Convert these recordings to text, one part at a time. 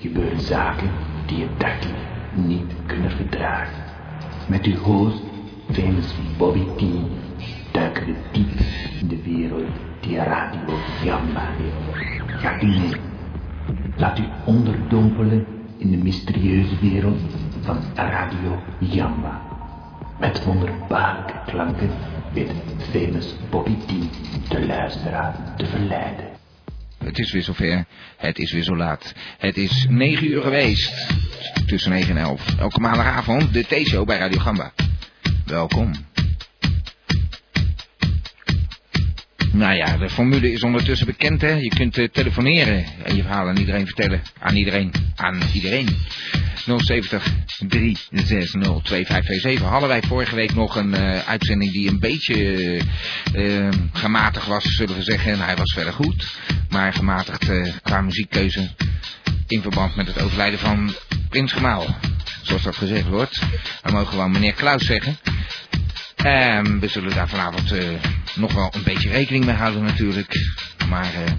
gebeuren zaken die je dagelijks niet kunnen verdragen. Met uw host, famous Bobby T, duiken we diep in de wereld die Radio Jamba heeft. Gaat u mee? Laat u onderdompelen in de mysterieuze wereld van Radio Jamba. Met wonderbaarlijke klanken weet famous Bobby T de luisteraar te verleiden. Het is weer zover. Het is weer zo laat. Het is 9 uur geweest. Tussen 9 en 11. Elke maandagavond de T-show bij Radio Gamba. Welkom. Nou ja, de formule is ondertussen bekend, hè. Je kunt eh, telefoneren en je verhaal aan iedereen vertellen. Aan iedereen. Aan iedereen. 070 360 2527. Hadden wij vorige week nog een eh, uitzending die een beetje eh, eh, gematigd was, zullen we zeggen. En hij was verder goed. Maar gematigd eh, qua muziekkeuze in verband met het overlijden van Prins Gemaal. Zoals dat gezegd wordt. Dan mogen we aan meneer Klaus zeggen. Ehm, we zullen daar vanavond eh, nog wel een beetje rekening mee houden natuurlijk. Maar eh,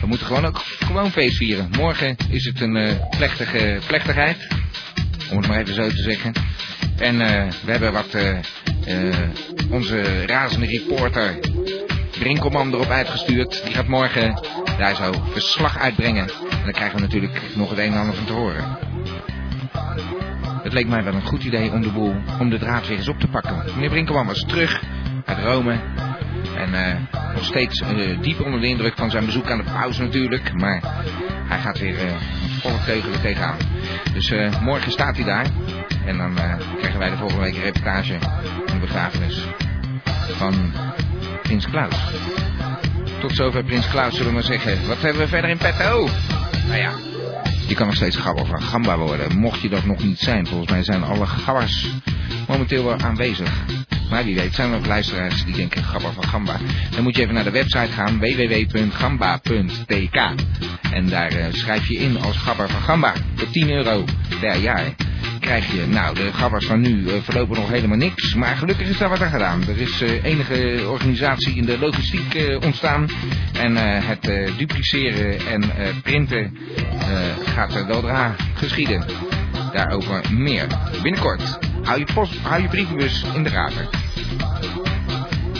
we moeten gewoon ook gewoon feest vieren. Morgen is het een eh, plechtige plechtigheid. Om het maar even zo te zeggen. En eh, we hebben wat eh, eh, onze razende reporter Brinkelman erop uitgestuurd. Die gaat morgen daar zo verslag uitbrengen. En dan krijgen we natuurlijk nog het een en ander van te horen. Het leek mij wel een goed idee om de boel, om de draad weer eens op te pakken. Meneer Brinkelman was terug uit Rome. En eh, nog steeds eh, diep onder de indruk van zijn bezoek aan de paus natuurlijk. Maar hij gaat weer eh volle teugel er tegenaan. Dus eh, morgen staat hij daar. En dan eh, krijgen wij de volgende week een reportage van de begrafenis van Prins Klaus. Tot zover Prins Klaus, zullen we maar zeggen. Wat hebben we verder in petto? Nou ja, je kan nog steeds gabber van gamba worden. Mocht je dat nog niet zijn. Volgens mij zijn alle gabbers momenteel wel aanwezig. Maar wie weet zijn er ook luisteraars die denken gabber van gamba. Dan moet je even naar de website gaan. www.gamba.tk En daar eh, schrijf je in als gabber van gamba. Voor 10 euro per jaar krijg je. Nou, de gabbers van nu eh, verlopen nog helemaal niks. Maar gelukkig is daar wat aan gedaan. Er is eh, enige organisatie in de logistiek eh, ontstaan. En eh, het eh, dupliceren en eh, printen eh, gaat er weldra geschieden. Daarover meer. Binnenkort. Hou je, post, hou je brievenbus in de gaten.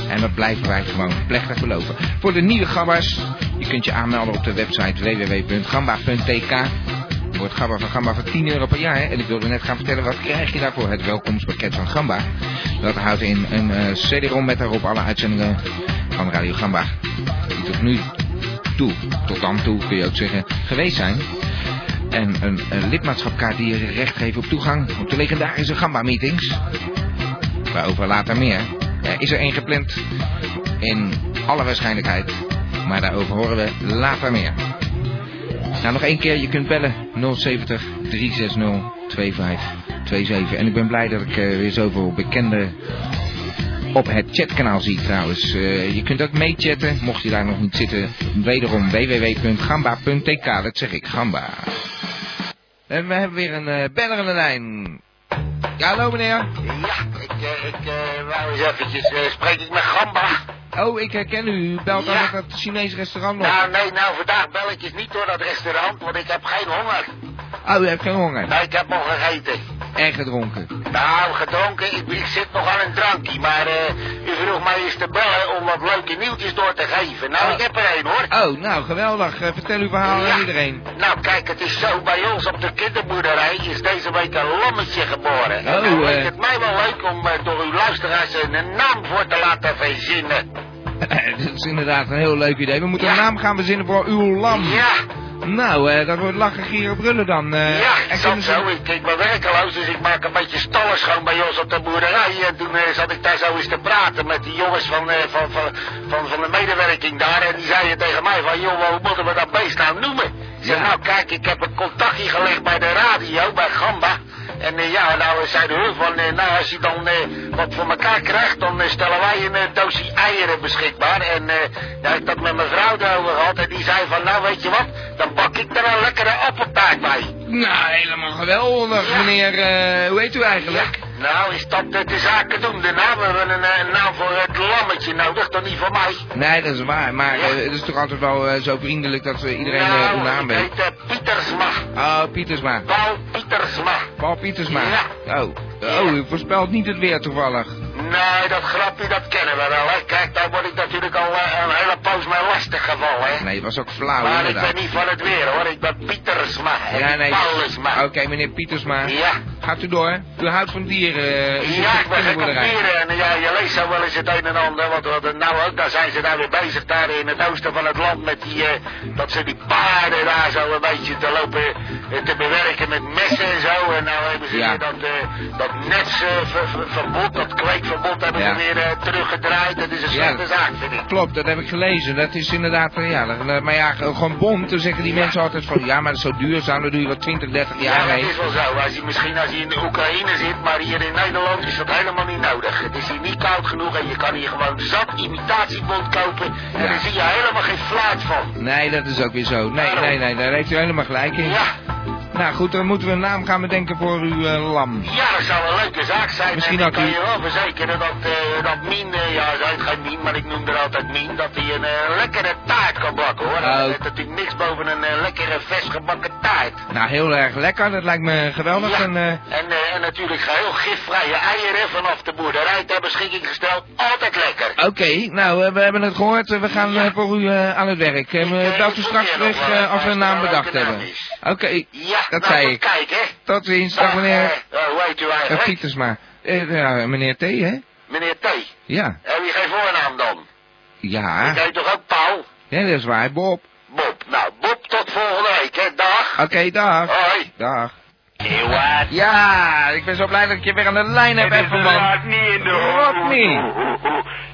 En dat blijven wij gewoon plechtig beloven. Voor de nieuwe gabbers, je kunt je aanmelden op de website www.gamba.tk. Wordt Gamba van Gamba voor 10 euro per jaar. hè? En ik wilde net gaan vertellen, wat krijg je daarvoor? Het welkomstpakket van Gamba. Dat houdt in een eh, CD-ROM met daarop alle uitzendingen van Radio Gamba. Die tot nu toe, tot dan toe kun je ook zeggen, geweest zijn. En een, een lidmaatschapkaart die je recht geeft op toegang op de legendarische Gamba-meetings. Waarover later meer. Er is er één gepland. In alle waarschijnlijkheid. Maar daarover horen we later meer. Nou, nog één keer. Je kunt bellen. 070 360 2527. En ik ben blij dat ik eh, weer zoveel bekenden op het chatkanaal zie trouwens. Eh, je kunt ook meechatten, mocht je daar nog niet zitten. Wederom www.gamba.tk. Dat zeg ik, Gamba. En we hebben weer een eh, beller aan de lijn. Ja, hallo meneer. Ja, ik, eh, ik eh, wou eens eventjes, eh, spreek ik met Gamba? Oh, ik herken u. U belt Ja. aan het- dat Chinese restaurant nog. Nou, nee, nou, vandaag bel ik eens niet door dat restaurant, want ik heb geen honger. Oh, u hebt geen honger. Nee, ik heb al gegeten. En gedronken. Nou, gedronken, ik, ik zit nog aan een drankje, maar eh, u vroeg mij eens te bellen om wat leuke nieuwtjes door te geven. Nou, Ah. ik heb er één hoor. Oh, nou, geweldig. Eh, vertel uw verhaal Ja. aan iedereen. Nou, kijk, het is zo, bij ons op de kinderboerderij is deze week een lammetje geboren. en Oh, nou eh. leek het mij wel leuk om eh, door uw luisteraars een naam voor te laten verzinnen. eh, dat is inderdaad een heel leuk idee. We moeten Ja. een naam gaan verzinnen voor uw lam. Ja. Nou, eh, dat wordt lachen, gieren, brullen dan. eh. Ja, En ik zat kunnen ze- zo. Ik, ik ben werkeloos, dus ik maak een beetje stallen schoon bij ons op de boerderij. En toen eh, zat ik daar zo eens te praten met die jongens van, eh, van, van, van, van de medewerking daar. En die zeiden tegen mij van, joh, hoe moeten we dat beest nou noemen? Ik zeg, Ja. nou kijk, ik heb een contactje gelegd bij de radio, bij Gamba. En eh, ja, nou eh, zeiden hun van, eh, nou als je dan eh, wat voor elkaar krijgt, dan eh, stellen wij een eh, doosje eieren beschikbaar. En eh, ja, ik heb dat met mijn vrouw erover gehad en die zei van, nou weet je wat, dan bak ik er een lekkere appeltaart bij. Nou, helemaal geweldig, Ja. meneer. eh, hoe heet u eigenlijk? Ja, Nou, is dat eh, de zaken doen? Daarna we hebben een, eh, een naam voor het lammetje nodig, toch niet voor mij? Nee, dat is waar. Maar eh, het is toch altijd wel eh, zo vriendelijk dat eh, iedereen eh, een nou, naam ik weet. heet eh, Pietersma. Oh, Pietersma. Paul Pietersma. Paul Pietersma. Ja. Oh. Oh, u voorspelt niet het weer toevallig. Nee, dat grapje, dat kennen we wel, hè. Kijk, daar word ik natuurlijk al eh, een hele poos mee lastig gevallen, hè. Nee, het was ook flauw maar ik inderdaad. ben niet van het weer, hoor. Ik ben Pietersma. Ja, nee. Paulusma. Oké, meneer Pietersma. Ja. Gaat u door. U houdt van dieren. eh, u zit Ja, op ik ben gek op kinderboerderij. dieren en ja, je leest zo wel eens het een en ander. Want wat er nou ook, daar zijn ze daar weer bezig, daar in het oosten van het land, met die, eh, dat ze die paarden daar zo een beetje te lopen, eh, te bewerken met messen en zo. En nou hebben ze Ja. weer dat, eh, dat netsverbod, dat kweekverbod, hebben Ja. ze weer eh, teruggedraaid. Dat is een Ja. slechte zaak, vind ik. Klopt, dat heb ik gelezen. Dat is inderdaad, eh, ja, dat- eh, maar ja, gewoon bom. Dan zeggen die mensen altijd van, ja, maar dat is zo duurzaam, dan doe je wel 20, 30 Ja, jaar mee. dat is wel zo. Als je, misschien als je in de Oekraïne zit, maar hier in Nederland is dat helemaal niet nodig. Het is hier niet koud genoeg en je kan hier gewoon zat imitatiebond kopen. En Ja. daar zie je helemaal geen fluit van. Nee, dat is ook weer zo. Nee, Waarom? nee, nee, daar heeft u helemaal gelijk in. Ja, Nou goed, dan moeten we een naam gaan bedenken voor uw eh, lam. ja, dat zou een leuke zaak zijn. Misschien en ik had kan u- je wel verzekeren dat, eh, dat Mien, eh, ja, ze heet geen Mien, maar ik noem haar altijd Mien, dat hij een eh, lekkere taart kan bakken hoor. Oh. Dat heeft natuurlijk niks boven een eh, lekkere versgebakken taart. Nou, heel erg lekker. Dat lijkt me geweldig. Ja. En, eh, En, eh, en natuurlijk geheel gifvrije eieren vanaf de boerderij ter beschikking gesteld. Altijd lekker. Oké, nou, eh, we hebben het gehoord. Eh, We gaan eh, voor u eh, aan het werk. En Ik, we eh, belt u ik straks probeer terug nog wel, eh, als we een als er naam wel een bedacht naam hebben. is. Oké, Ja, dat nou, zei moet ik. kijken, hè. Tot ziens. Dag meneer Eh, eh, hoe heet u eh, eigenlijk? Pietersma. Eh, ja, meneer T, hè? Meneer T. Ja. Heb je geen voornaam dan? Ja. Ik heet toch ook Paul? Ja, dat is waar, Bob. Bob. Nou, Bob, tot volgende week, hè. Dag. Oké, Ah, dag. Hoi. Dag. Ewa. Ja, ik ben zo blij dat ik je weer aan de lijn heb, Het hè, is verband. raad niet in de Rodney.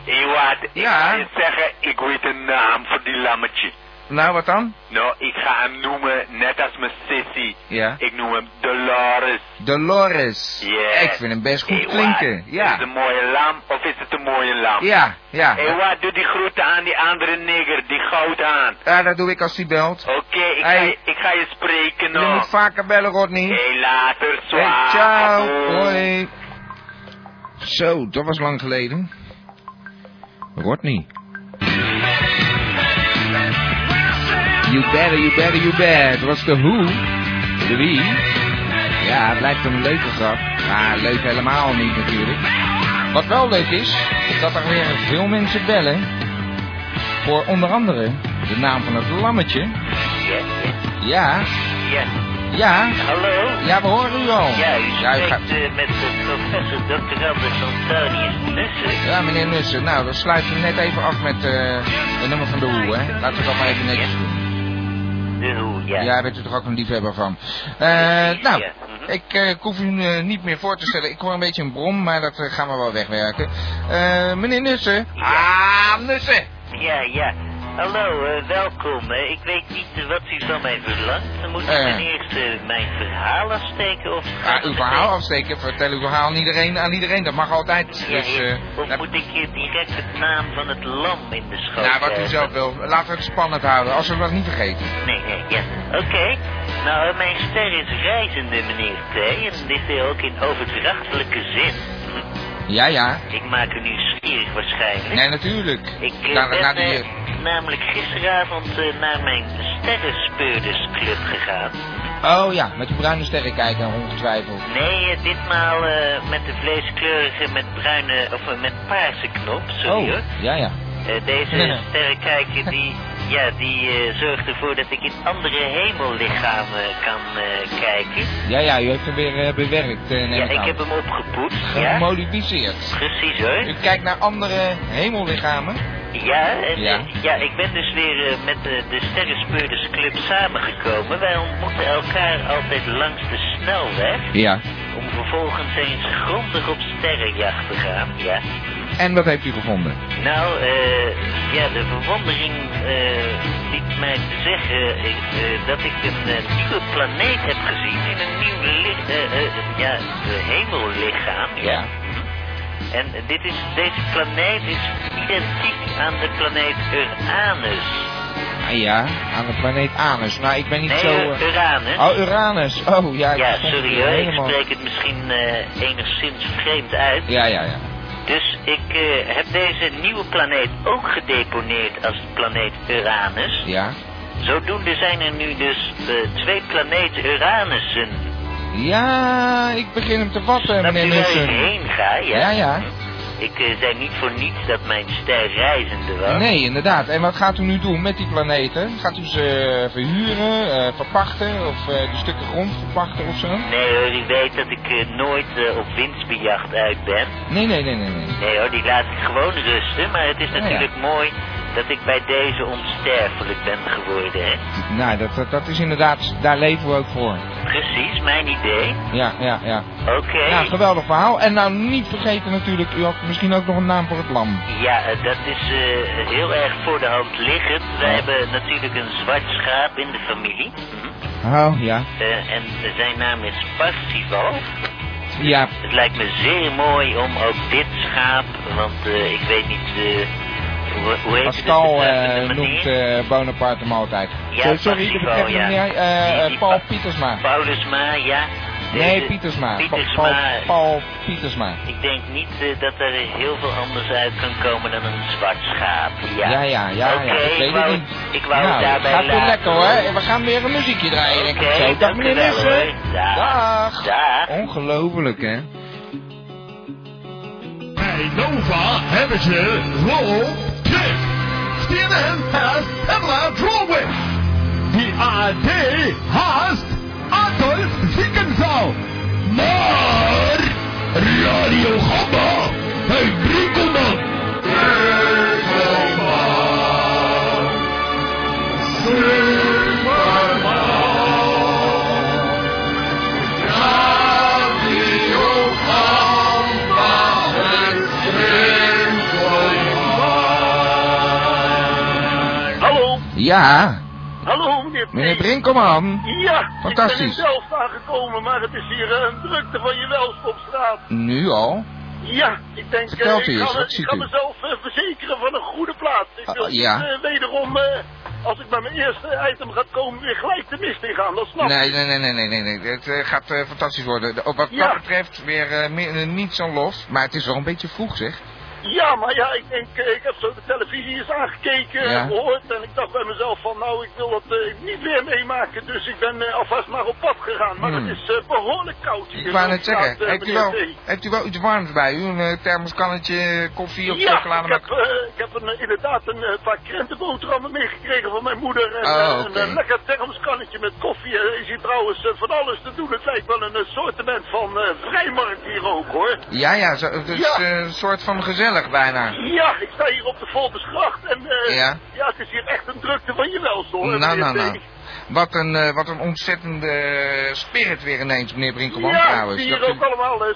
Iwat, ik Ja. ga je zeggen, ik weet een naam voor die lammetje. Nou, wat dan? Nou, ik ga hem noemen, net als mijn sissy. Ja. Ik noem hem Dolores. Dolores. Yeah. Ik vind hem best goed Iwat, klinken. Is Ja. het een mooie lam of is het een mooie lam? Ja, ja. Iwat, doe die groeten aan die andere nigger, die goud aan. Ja, dat doe ik als hij belt. Oké, ik, ga Hey. je- ik ga je spreken, Je moet nog. vaker bellen, Rodney. Hey, later, Hey, zwaar. ciao. Hoi. Zo, dat was lang geleden. Rodney. You better, you better, you bet. Was de who? De wie? Ja, het lijkt een leuke grap. Maar leuk helemaal niet natuurlijk. Wat wel leuk is, is dat er weer veel mensen bellen. Voor onder andere de naam van het lammetje. Ja, Ja, ja, hallo. ja, we horen u al. Ja, u Oh, Ja, u spreekt gaat- eh, met de professor Dr. Albert Antonius Nussen. Ja, meneer Nussen, nou, dan sluiten we net even af met eh het nummer van de Hoe, hè. Laten we dat maar even netjes doen. De hoe, Ja, ja. daar bent u toch ook een liefhebber van. Eh, nou, Ja, mhm. ik, eh, ik hoef u eh, niet meer voor te stellen. Ik hoor een beetje een brom, maar dat eh, gaan we wel wegwerken. Eh, meneer Nussen. Ah, Nussen. Ja, ja. Hallo, eh, welkom. Eh, ik weet niet eh, wat u van mij verlangt. Dan moet u Eh. ten eerste mijn verhaal afsteken of... Ah, uw verhaal afsteken. Vertel uw verhaal aan iedereen, aan iedereen. Dat mag altijd. Ja, Dus, ja. eh, of dat- moet ik hier direct het naam van het lam in de schoot nou, wat u eh, zelf wil. Laten we het spannend houden, als we dat niet vergeten. Nee, nee, ja. Oké. Nou, eh, mijn ster is reizende, meneer T. En dit eh, ook in overdrachtelijke zin. Hm, Ja, ja. Ik maak u nieuwsgierig waarschijnlijk. Nee, natuurlijk. Ik eh, Na- ben na die, eh, eh, namelijk gisteravond eh, naar mijn sterrenspeurdersclub gegaan. Oh ja, met die bruine sterrenkijker ongetwijfeld. Nee, eh, ditmaal eh, met de vleeskleurige met bruine, of eh, met paarse knop, sorry hoor. ja ja. Eh, Nee. deze sterrenkijker die, ja, die eh, zorgt ervoor dat ik in andere hemellichamen kan eh, kijken. Ja ja, u heeft hem weer eh, bewerkt, eh, neem ja, ik ik aan. heb hem opgepoetst, ja. Gemodificeerd. Precies hoor. U kijkt naar andere hemellichamen. Ja, en, Ja. ja. ja, ik ben dus weer eh, met de, de Sterrenspeurdersclub samengekomen. Wij ontmoeten elkaar altijd langs de snelweg. Ja. Om vervolgens eens grondig op sterrenjacht te gaan, ja. En wat heeft u gevonden? Nou, eh, ja, de verwondering eh liet mij te zeggen eh, eh, dat ik een eh, nieuwe planeet heb gezien in een nieuw licht, eh, eh, ja, eh, hemellichaam, ja. En dit is, deze planeet is identiek aan de planeet Uranus. Ah, ja, aan de planeet Anus. Nou, ik ben niet Nee, zo... eh, eh, Uranus. Oh, Uranus. Oh, ja. ik ja, stond sorry hier hoor, ik helemaal- spreek het misschien eh, enigszins vreemd uit. Ja, ja, ja. Dus ik eh, heb deze nieuwe planeet ook gedeponeerd als planeet Uranus. Ja. Zodoende zijn er nu dus eh, twee planeten Uranussen. Ja, ik begin hem te vatten, Snap meneer je waar ik Nixon. heen ga? Ja, Ja, ja. Ik eh, zei niet voor niets dat mijn ster reizende was. Nee, inderdaad. En wat gaat u nu doen met die planeten? Gaat u ze eh, verhuren, eh, verpachten of eh, de stukken grond verpachten of zo? Nee hoor, u weet dat ik eh, nooit eh, op winstbejacht uit ben. Nee, nee, nee, nee. nee. Nee hoor, die laat ik gewoon rusten. Maar het is Oh, Ja, ja. natuurlijk mooi dat ik bij deze onsterfelijk ben geworden, hè. Nou, dat, dat, dat is inderdaad, daar leven we ook voor. Precies, mijn idee. Ja, ja, ja. Oké. Nou, geweldig verhaal. En nou niet vergeten natuurlijk, u had misschien ook nog een naam voor het lam. Ja, eh, dat is eh, heel erg voor de hand liggend. Wij hebben natuurlijk een zwart schaap in de familie. Oh, ja. Eh, en zijn naam is Parsifal. Ja, Het lijkt me zeer mooi om ook dit schaap, want eh, ik weet niet eh, hoe, hoe heet Pascal het? eh, de noemt eh, Bonaparte hem altijd. Ja, Zo, sorry, ik Parsifal, heb ja. meneer eh, Die- die Paul Pa- Pietersma. Paulusma, ja. Nee, Eh, Pietersma. Pa- Paul, Pietersma. Paul Pietersma. Ik denk niet eh, dat er heel veel anders uit kan komen dan een zwart schaap. Ja, Ja, ja, ja, Oké, ja, ik weet het wou niet. Ik wou nou, het daarbij gaat weer laten. lekker hoor. We gaan weer een muziekje draaien, denk ik. Oké, Zo, dag dank u meneer wel, Nissen. hoor. Dag. Dag. Dag. Ongelooflijk, hè? Bij Nova hebben ze Roll Tip. CNN has Emma Drolwitz. The AD has Adolf Ziekenzaal. Maar Radio Gamma heeft Riekelman. Riekelman. Superman. Radio Gamma heeft Hallo, Ja, Eh, hallo meneer P. meneer Brinkelman. Ja, ik ben er Fantastisch. zelf aangekomen, maar het is hier eh, een drukte van je welste op straat. Nu al? Ja, ik denk, eh, Vertelt u ik, eens, ga, wat me- ik ziet ga u? mezelf eh, verzekeren van een goede plaats. Ik Ah, wil ja. niet, eh, wederom, eh, als ik bij mijn eerste item ga komen, weer gelijk de mist in gaan. Dat snap ik. Nee, nee, nee, nee, nee, nee. nee. Het eh, gaat eh, fantastisch worden. De- Wat dat Ja. betreft weer eh, meer- eh, niet zo los. Maar het is wel een beetje vroeg, zeg. Ja, maar ja, ik denk, eh, ik heb zo de televisie eens aangekeken en Ja. gehoord. En ik dacht bij mezelf van, nou, ik wil dat eh, niet weer meemaken. Dus ik ben eh, alvast maar op pad gegaan. Maar Hmm. het is eh, behoorlijk koud hier. Ik wou in net de straat, zeggen, eh, heeft u, meneer wel, T. heeft u wel iets warms bij u? Een eh, thermoskannetje koffie of Ja, chocolade? ik heb, eh, ik heb een, eh, inderdaad een eh, paar krentenboterhammen meegekregen van mijn moeder. En, Oh, eh, oké. een, eh, lekker thermoskannetje met koffie. Er is hier trouwens eh, van alles te doen. Het lijkt wel een assortiment van eh, vrijmarkt hier ook, hoor. Ja, ja, zo, het is Ja. eh, een soort van gezellig bijna. Ja, ik sta hier op de Volbersgracht en eh, Ja. ja. het is hier echt een drukte van je wel, hoor. Nou, nou, meneer nou. T. Wat een, eh, wat een ontzettende spirit weer ineens, meneer Brinkelman, Ja, trouwens. ik zie Dat hier ook u- allemaal eh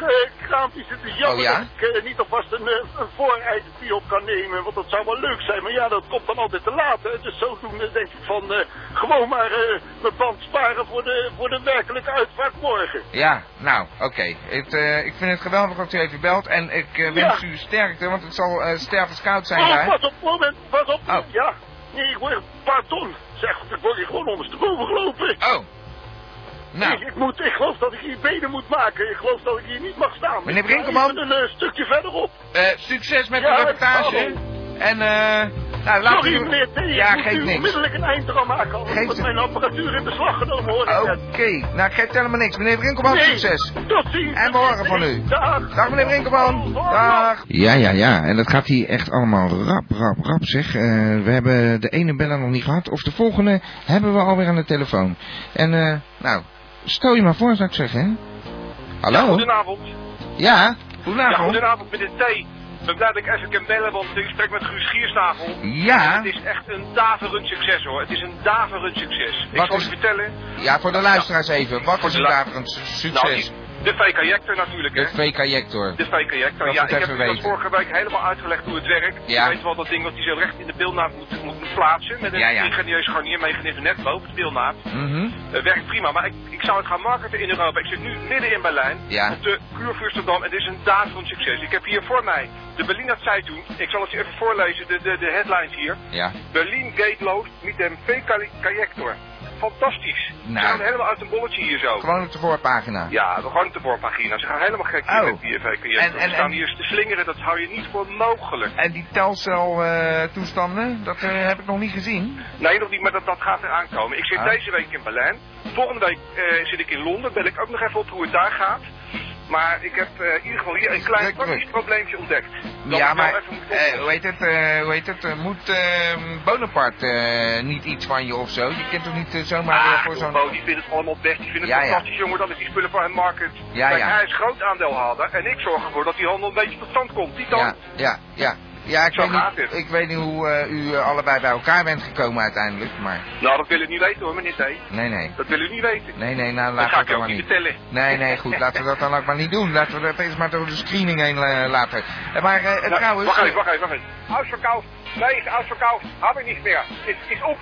souvenirkraampjes. Het is jammer Oh, ja? dat ik eh, niet alvast een, eh, een voorijdertje op kan nemen. Want dat zou wel leuk zijn. Maar ja, dat komt dan altijd te laat. Hè. Dus zodoende denk ik van eh, gewoon maar eh, mijn band sparen voor de, voor de werkelijke uitvaart morgen. Ja, nou, oké. Het, eh, ik vind het geweldig dat u even belt. En ik eh, wens u sterkte, want het zal eh stervenskoud zijn Oh, daar. pas op, moment, pas op. Oh. Ja, nee, ik word, pardon. Zeg, ik word hier gewoon ondersteboven gelopen. Oh. Ik, Nou, ik moet, ik geloof dat ik hier benen moet maken. Ik geloof dat ik hier niet mag staan. Meneer Ik ga Brinkelman? even Een eh, stukje verderop. eh, succes met Ja, de reportage. En, eh, nou, laat Sorry u... meneer T, ik Ja, moet geeft u niks. onmiddellijk een eind eraan maken, anders Geeft wordt het- mijn apparatuur in beslag genomen hoor ik Oké, net. nou, geeft helemaal niks. Meneer Brinkelman, Nee, succes. Tot ziens. En we horen van u. Dag meneer Brinkelman. Dag. Ja, ja, ja. En dat gaat hier echt allemaal rap, rap, rap zeg. Eh, we hebben de ene beller nog niet gehad. Of de volgende hebben we alweer aan de telefoon. En eh, nou, stel je maar voor zou ik zeggen. hè. Hallo? Goedenavond. Ja, Ja, goedenavond. goedenavond meneer T. Ik ben blij dat ik even kan bellen, want ik spreek met Guus Giersnavel. Ja, Het is echt een daverend succes hoor. Het is een daverend succes. Ik Wat zal is- je vertellen. ja, voor de luisteraars even. Wat is een daverend su- Nou, succes? die, De VK-jector natuurlijk, hè? De VK-jector. De VK-jector, Dat ja. moet Ik heb even u dat weten. vorige week helemaal uitgelegd hoe het werkt. Ja. Je weet wel dat ding wat hij zo recht in de pilnaad moet, moet plaatsen. Met een Ja, ja. ingenieus garnier mechanisme net boven de pilnaad. Mhm. Eh, werkt prima, maar ik, ik zou het gaan marketen in Europa. Ik zit nu midden in Berlijn, Ja. op de Kuurvuursterdam. En dit is een daad van succes. Ik heb hier voor mij de Berliner Zeitung. Ik zal het je even voorlezen, de, de, de headlines hier. Ja. Berlin Gateloos met een VK-jector. Fantastisch. Nou. Ze gaan helemaal uit een bolletje hier zo. Gewoon op de voorpagina. Ja, we gaan de voorpagina. Ze gaan helemaal gek hier Oh. met die VK. En- Ze en- staan en- hier te slingeren, dat hou je niet voor mogelijk. En die telceltoestanden, dat eh, heb ik nog niet gezien. Nee, nog niet, maar dat, dat gaat eraan komen. Ik zit Ah. deze week in Berlijn. Volgende week eh, zit ik in Londen. Bel ik ook nog even op hoe het daar gaat. Maar ik heb eh, in ieder geval hier een klein Druk, druk. praktisch probleempje ontdekt. Dat ja, ik wel maar even moet eh, oplossen. hoe heet het? eh, hoe heet het eh, moet eh, Bonaparte eh, niet iets van je of zo? Je kunt toch niet eh, zomaar weer Ah, voor joh, zo'n... Bo, die vindt het allemaal best. Die vindt het Ja, ja. fantastisch, jongen, dat ik die spullen voor hem market. Ja, Kijk, ja. hij is groot aandeelhouder en ik zorg ervoor dat die handel een beetje tot stand komt. Die dan, Ja, ja, ja. Ja, ik Zo weet, gaat niet, het. ik weet niet hoe eh, u eh, allebei bij elkaar bent gekomen uiteindelijk, maar... nou dat wil ik niet weten hoor, meneer D. Nee, nee. Dat wil u niet weten. Nee, nee, nou dat laten ga we ik je dat ook maar niet niet. vertellen. Nee, nee, goed, laten we dat dan ook maar niet doen. Laten we dat eens maar door de screening heen eh, laten. Eh, Maar eh, Nou, trouwens... Wacht even, wacht even, wacht even. Uitverkoud. Nee, is uitverkoud. Heb ik niet meer. Het is op.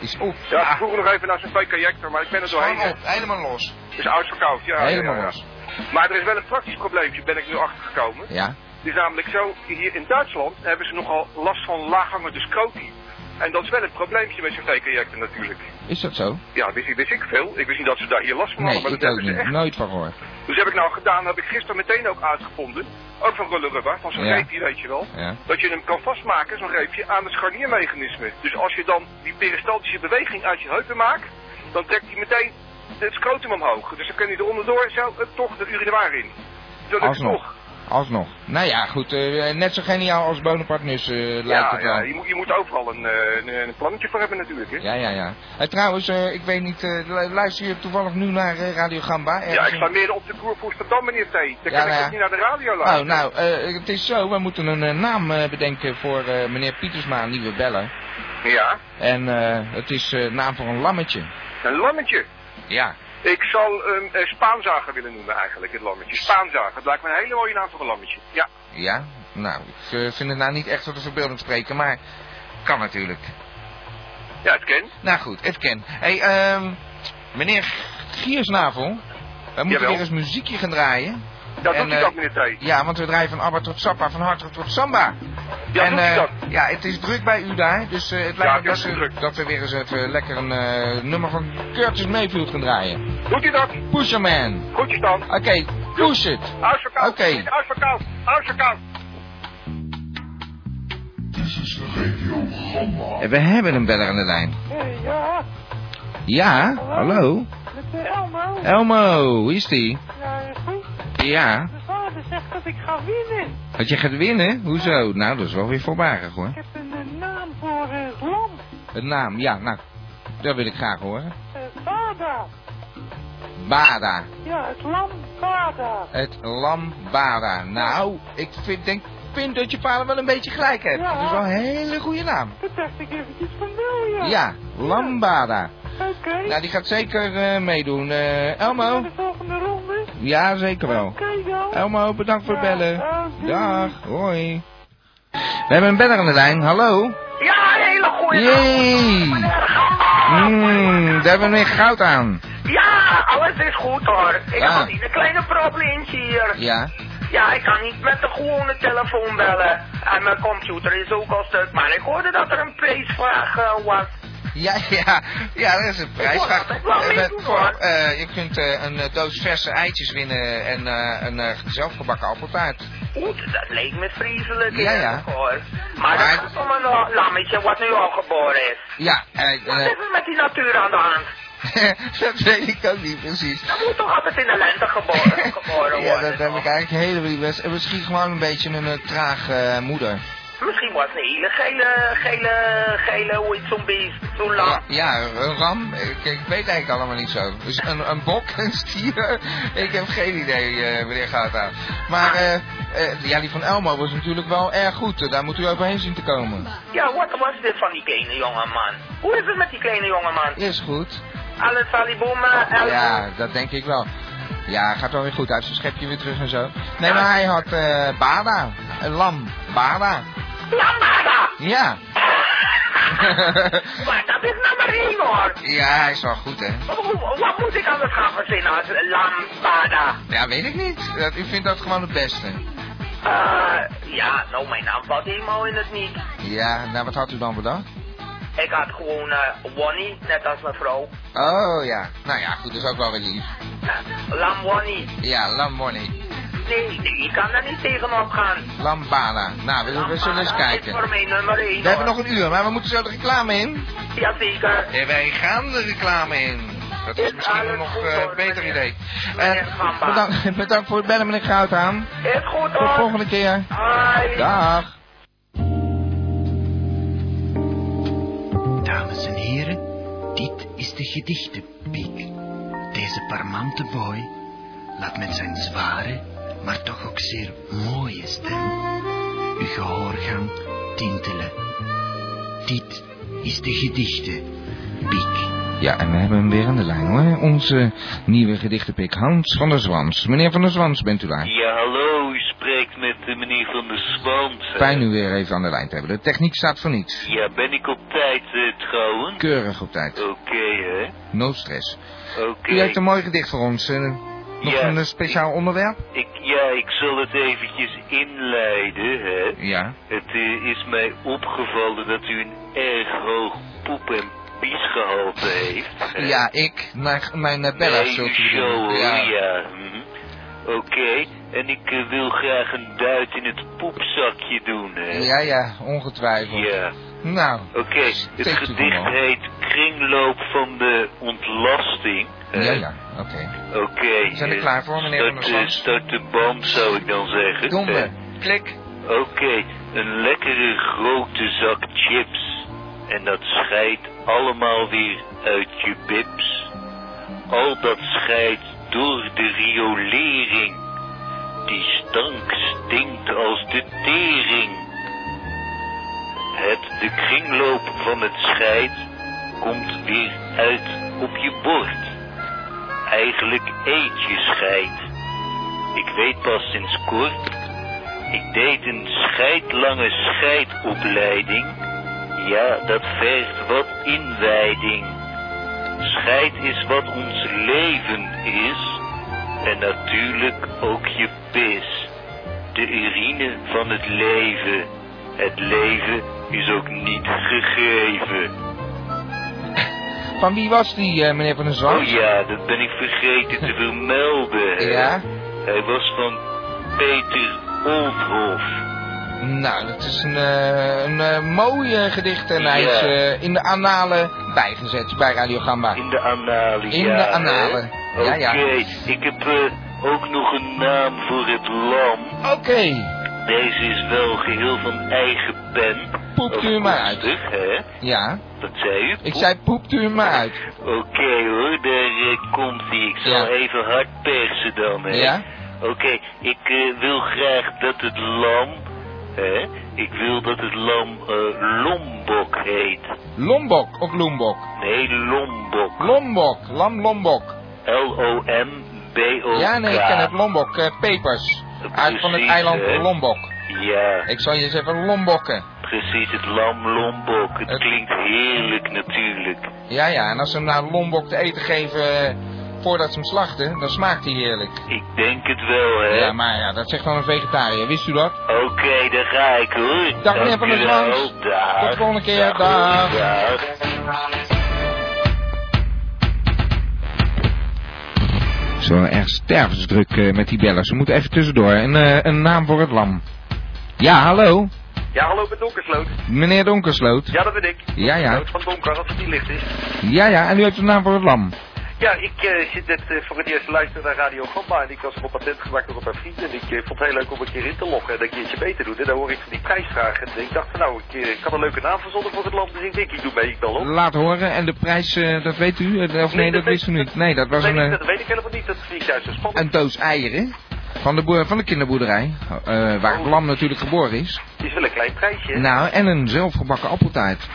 Is op. Ja, ze Ah, vroegen nog even naar zijn projector, maar ik ben er doorheen. gewoon op. Helemaal los. Het is uitverkoud, ja. ja, Helemaal ja, ja. los. Maar er is wel een praktisch probleempje, ben ik nu achtergekomen. Ja. Het is namelijk zo, hier in Duitsland hebben ze nogal last van laaghangende scrotie. En dat is wel een probleempje met zijn VK-jector natuurlijk. Is dat zo? Ja, wist ik, wist ik veel. Ik wist niet dat ze daar hier last van Nee, hadden, maar ik dat ook hebben ze niet. echt. Nooit van gehoord. Dus heb ik nou gedaan, heb ik gisteren meteen ook uitgevonden. Ook van Rulle Rubber, van zo'n Ja. reepje, weet je wel. Ja. Dat je hem kan vastmaken, zo'n reepje, aan het scharniermechanisme. Dus als je dan die peristaltische beweging uit je heupen maakt, dan trekt hij meteen het scrotum omhoog. Dus dan kun je er onderdoor zo eh, toch de urinoir in. Dus Dat lukt Alsnog. toch. Alsnog. Nou ja, goed. eh, net zo geniaal als Bonaparte dus, eh, lijkt Ja, het ja wel. je, moet, je moet overal een, eh, een, een plannetje voor hebben natuurlijk. Hè? Ja, ja, ja. Eh, trouwens, eh, ik weet niet, eh, lu- luister je toevallig nu naar eh, Radio Gamba? Ja, Ergens ik sta in- meer op de koer voor Amsterdam, meneer T. Dan kan nou ik ja. toch niet naar de radio Nou, luisteren. nou, eh, het is zo, we moeten een eh, naam eh, bedenken voor eh, meneer Pietersma, die we bellen. Ja, En eh, het is eh naam voor een lammetje. een lammetje. Ja. Ik zal hem eh, Spaanzager willen noemen eigenlijk, het lammetje. Spaanzager, dat lijkt me een hele mooie naam voor een lammetje. Ja, Ja? Nou, ik eh, vind het nou niet echt tot de verbeelding spreken, maar kan natuurlijk. ja het kent. Nou goed, het ken. hey, ehm, meneer Giersnavel, we moeten Jawel. weer eens muziekje gaan draaien. Dat En, doet hij eh, ook, meneer T. Ja, want we draaien van ABBA tot Sappa, van Hard Rock tot Samba. Ja, doet hij eh, dat. ja, het is druk bij u daar, dus eh, het Ja, lijkt het me is dat, we- druk. dat we weer eens even lekker een eh, nummer van Curtis Mayfield gaan draaien. Doet u dat? Pusherman. Goedjes dan. Oké, push it. Uitverkoud. Oké. Uitverkoud. Uitverkoud. This is Radio Gamma. We hebben een beller aan de lijn. Ja, Ah, Ja, hallo. met eh, Elmo. Elmo, hoe is die? Ja, is goed. Ja, Mijn vader zegt dat ik ga winnen. dat je gaat winnen? Hoezo? Nou, dat is wel weer voorbarig hoor. Ik heb een, eh, naam voor eh, het land. Het naam, ja, nou, dat wil ik graag horen. Eh, Bada. Bada. Ja, het land Bada. Het Lambada. Nou, ik vind, denk, vind dat je vader wel een beetje gelijk hebt. Ja. Dat is wel een hele goede naam. Dat dacht ik eventjes van wel, ja. Ja, Lambada. Oké. Nou, die gaat zeker eh, meedoen. Eh, Naar Elmo? de volgende ronde. Ja, zeker wel. Oké dan. Elmo, bedankt voor het Ja, bellen. eh, doei. Dag, hoi. We hebben een beller aan de lijn, hallo. Ja, een hele goede Jee! Mm, daar hebben we weer goud aan. Ja, alles is goed hoor. Ik Ja. had hier een kleine probleempje hier. Ja, Ja, ik kan niet met de gewone telefoon bellen. En mijn computer is ook al stuk. Maar ik hoorde dat er een prijsvraag eh, was. Ja, ja, ja, dat is Nou, een prijsvraag. Ik wou Eh, meedoen, met- hoor. eh, je kunt eh, een eh, doos verse eitjes winnen en eh, een eh, zelfgebakken appeltaart. Oeh, dat leek me vreselijk. Ja, ja. eerlijk, Hoor. Maar dat Maar- gaat om een eh, lammetje wat nu al geboren is. Ja, en, Wat eh, is er met die natuur aan de hand? dat weet ik ook niet precies. Dat moet toch altijd in de lente geboren, geboren ja, worden? dat heb toch? ik eigenlijk helemaal best. En misschien gewoon een beetje een eh, traag eh, moeder. Misschien was het een hele gele, gele, gele, hoe heet zo'n beest, zo'n lam. Ja, ja, een ram. Ik, ik weet eigenlijk allemaal niet zo. Dus een, een bok, een stier. Ik heb geen idee, eh, meneer Gata. Maar eh, eh, ja, die van Elmo was natuurlijk wel erg goed. Eh, Daar moet u overheen zien te komen. Ja, wat was dit van die kleine jongeman? Hoe is het met die kleine jongeman? Is goed. Alles Saliboma, El... Ja, dat denk ik wel. Ja, gaat wel weer goed. Uit zijn schepje weer terug en zo. Nee, maar hij had eh Bada. Een lam. Bada. Lambada! Ja. Maar dat is nou nummer 1 hoor. ja, hij is wel goed, hè? Hoe- Wat moet ik anders gaan verzinnen als lambada? Ja, weet ik niet. Dat, ik vind dat gewoon het beste. Eh, ja, nou mijn naam valt helemaal in het niet. Ja, nou wat had u dan bedacht? Ik had gewoon eh, Wonnie, net als mijn vrouw. Oh ja, nou ja, goed, dat is ook wel weer lief. Eh, Lam Wonnie. Ja, Lamboni. Nee, nee, ik kan daar niet tegenop gaan. Lambada. Nou, Eh, we, we zullen eens Lambada is voor kijken. mij nummer 1 We hebben nog een uur, maar we moeten zo de reclame in. Jazeker. En Eh, wij gaan de reclame in. Dat is Is misschien een alles nog goed, eh, hoor, beter meneer. idee. Meneer Eh, Gamba. bedankt, bedankt voor het bellen, meneer Goudhaan. Is goed Tot de hoor. volgende keer. Hoi. Dag. Dames en heren, dit is de gedichtenpiek. Deze parmante boy laat met zijn zware, maar toch ook zeer mooie stem uw gehoor gaan tintelen. Dit is de gedichtenpiek. Ja, en we hebben hem weer aan de lijn hoor. Onze nieuwe gedichtenpik Hans van der Zwans. Meneer van der Zwans, bent u daar? Ja, hallo, u spreekt met de meneer van der Swans. hè? Fijn u weer even aan de lijn te hebben. De techniek staat voor niets. Ja, ben ik op tijd eh, trouwens? Keurig op tijd. Oké, hè? No stress. Oké. U heeft een mooi gedicht voor ons. eh, nog Ja. een eh, speciaal onderwerp? ik, ja, ik zal het eventjes inleiden, hè? Ja. Het eh, is mij opgevallen dat u een erg hoog poep- en piesgehalte heeft. hè? Ja, ik. Mijn, mijn eh, Bella, nee, zult u u show, bedoelen. hoor, eh, ja. mhm. Oké, en ik eh, wil graag een duit in het poepzakje doen, hè? Ja, ja, ongetwijfeld. Ja. Nou, Oké, het Steekt u gedicht gewoon. heet Kringloop van de ontlasting. Eh, ja, ja, oké. Oké. Zijn we eh, klaar voor, meneer Van der start, eh, Zwans? Start de band, zou ik dan zeggen. Doen we. Eh, Klik. Oké, een lekkere grote zak chips. En dat scheidt allemaal weer uit je bips. Al dat scheidt door de riolering. Die stank stinkt als de tering. Het de kringloop van het scheid komt weer uit op je bord. Eigenlijk eet je scheid. Ik weet pas sinds kort ik deed een scheidlange scheidopleiding. Ja, dat vergt wat inwijding. Scheid is wat ons leven is. En natuurlijk ook je pis. De urine van het leven. Het leven is ook niet gegeven. Van wie was die, eh, meneer Van der Oh Zwans? ja, dat ben ik vergeten te vermelden. hè. Ja? Hij was van Peter Oldhoff. Nou, dat is een, eh, een eh, mooi eh, gedicht en hij Ja. is eh, in de analen bijgezet bij Radio Gamba. In de analen, In ja, de hè? analen. Oké, Ja, ja. ik heb eh, ook nog een naam voor het lam. Oké, Deze is wel geheel van eigen pen. poept u hem maar uit. Afkomstig, hè? Ja, Wat zei u? ik Poep? zei poept u hem maar uit. Oké hoor, daar eh, komt hij. Ik zal Ja. even hard persen dan, hè. Ja? Oké, ik eh, wil graag dat het lam, hè, ik wil dat het lam eh, Lombok heet. Lombok of Lombok? Nee, Lombok. Lombok, Lam Lombok. L-O-M-B-O-K. Ja, nee, ik ken het. Lombok, eh, pepers. Uit van het Precies, eiland hè? Lombok. Ja, Ik zal je eens even lombokken. precies, het lam lombok. Het Het- klinkt heerlijk natuurlijk. Ja, ja, en als ze hem naar Lombok te eten geven eh, voordat ze hem slachten, dan smaakt hij heerlijk. Ik denk het wel, hè. Ja, maar ja, dat zegt dan een vegetariër, wist u dat? Oké, daar ga ik hoor. Dag, meneer Van der u wel. Zwans. Dag. Tot de volgende keer, Dag. dag. dag. Zo erg stervensdruk eh, met die bellen. Ze moeten even tussendoor. Een, eh, een naam voor het lam. Ja, hallo. Ja, hallo met Donkersloot. Meneer Donkersloot. Ja, dat ben ik. Ja, ja. Sloot van Donker, als het niet licht is. Ja, ja. En u heeft een naam voor het lam. Ja, ik eh, zit net eh, voor het eerst te luisteren naar Radio Gamba en ik was op patent gemaakt door een paar vrienden. En ik eh, vond het heel leuk om een keer in te loggen en een keertje mee te doen. En daar hoor ik van die prijsvraag. En ik dacht van nou, ik, eh, ik had een leuke naam verzonnen voor het land, dus ik denk ik doe mee, ik dan op. Laat horen. En de prijs, eh, dat weet u? Eh, Of nee, dat wist u niet. Nee, dat was een, Nee, eh, dat weet ik helemaal niet, dat vind ik juist zo spannend. een doos eieren. Van de, boer- van de kinderboerderij. eh, waar het lam natuurlijk geboren is. Het is wel een klein prijsje. Nou, en een zelfgebakken appeltaart.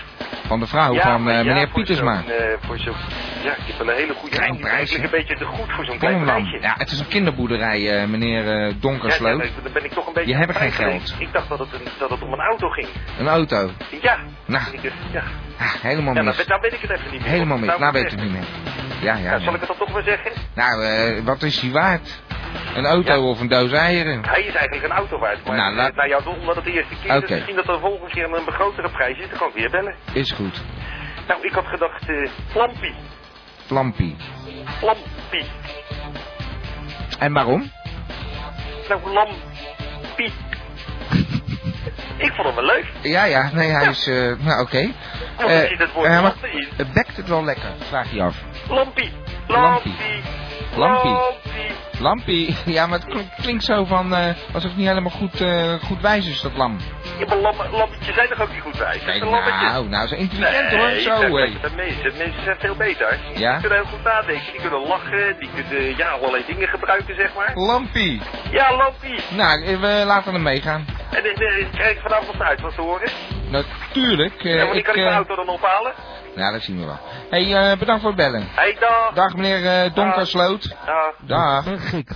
Van de vrouw van eh, maar meneer voor Pietersma. zo'n, eh, voor zo'n, ja, ik heb wel een hele goede Klein prijs, Ik hè? een beetje te goed voor zo'n klein Kolmland. prijsje. Ja, het is een kinderboerderij, eh, meneer eh Donkersloot. Ja, ja, dan ben ik toch een beetje... Je hebt aan het geen prijzen. geld. Ik dacht dat het, een- dat het om een auto ging. Een auto. Ja. Nou. Ik, eh, ja. Ah, helemaal ja, nou, mis. ben, nou weet ik het even niet meer. Helemaal mis. Nou, Nou moet weet ik ik het zeggen. niet meer. Ja, ja. Ja, zal ja. ik het dan toch maar zeggen? Nou, eh, wat is die waard? Een auto of een doos eieren? Hij is eigenlijk een auto waard. Maar Nou, eh, laat- nou ja, omdat het de eerste keer is, Oké. misschien dat er volgende keer een begrotere prijs is, dan kan ik weer bellen. Is goed. Nou, ik had gedacht, eh Plampie. Plampie. Plampie. En waarom? Nou, Lampie. ik vond hem wel leuk. Ja, ja. Nee, hij is... eh, nou, oké. Komt Eh, misschien het woord eh, maar lampen in. het bekt het wel lekker, vraag je af. Lampie. Lampie. Lampie. Oh, Lampie. Lampie. Ja, maar het klink- klinkt zo van... eh, alsof het niet helemaal goed, eh, goed wijs is, dat lam. Ja, maar lam- lammetjes zijn toch ook niet goed wijs? Kijk, Een lammetje. nou, nou, zo intelligent nee, hoor. Zo, hé. Dat mensen, mensen zijn veel beter. Ja? Die kunnen heel goed nadenken, die kunnen lachen, die kunnen ja, allerlei dingen gebruiken, zeg maar. Lampie. Ja, Lampie. Nou, eh, we laten hem meegaan. En eh, eh, ik krijg vanavond uit wat te horen. Natuurlijk. eh, ja, maar die ik, kan ik eh, mijn auto dan ophalen. nou, dat zien we wel. hey, eh, bedankt voor het bellen. Hey, dag. Dag meneer eh, Donkersloot. Dag. Dag. Dokter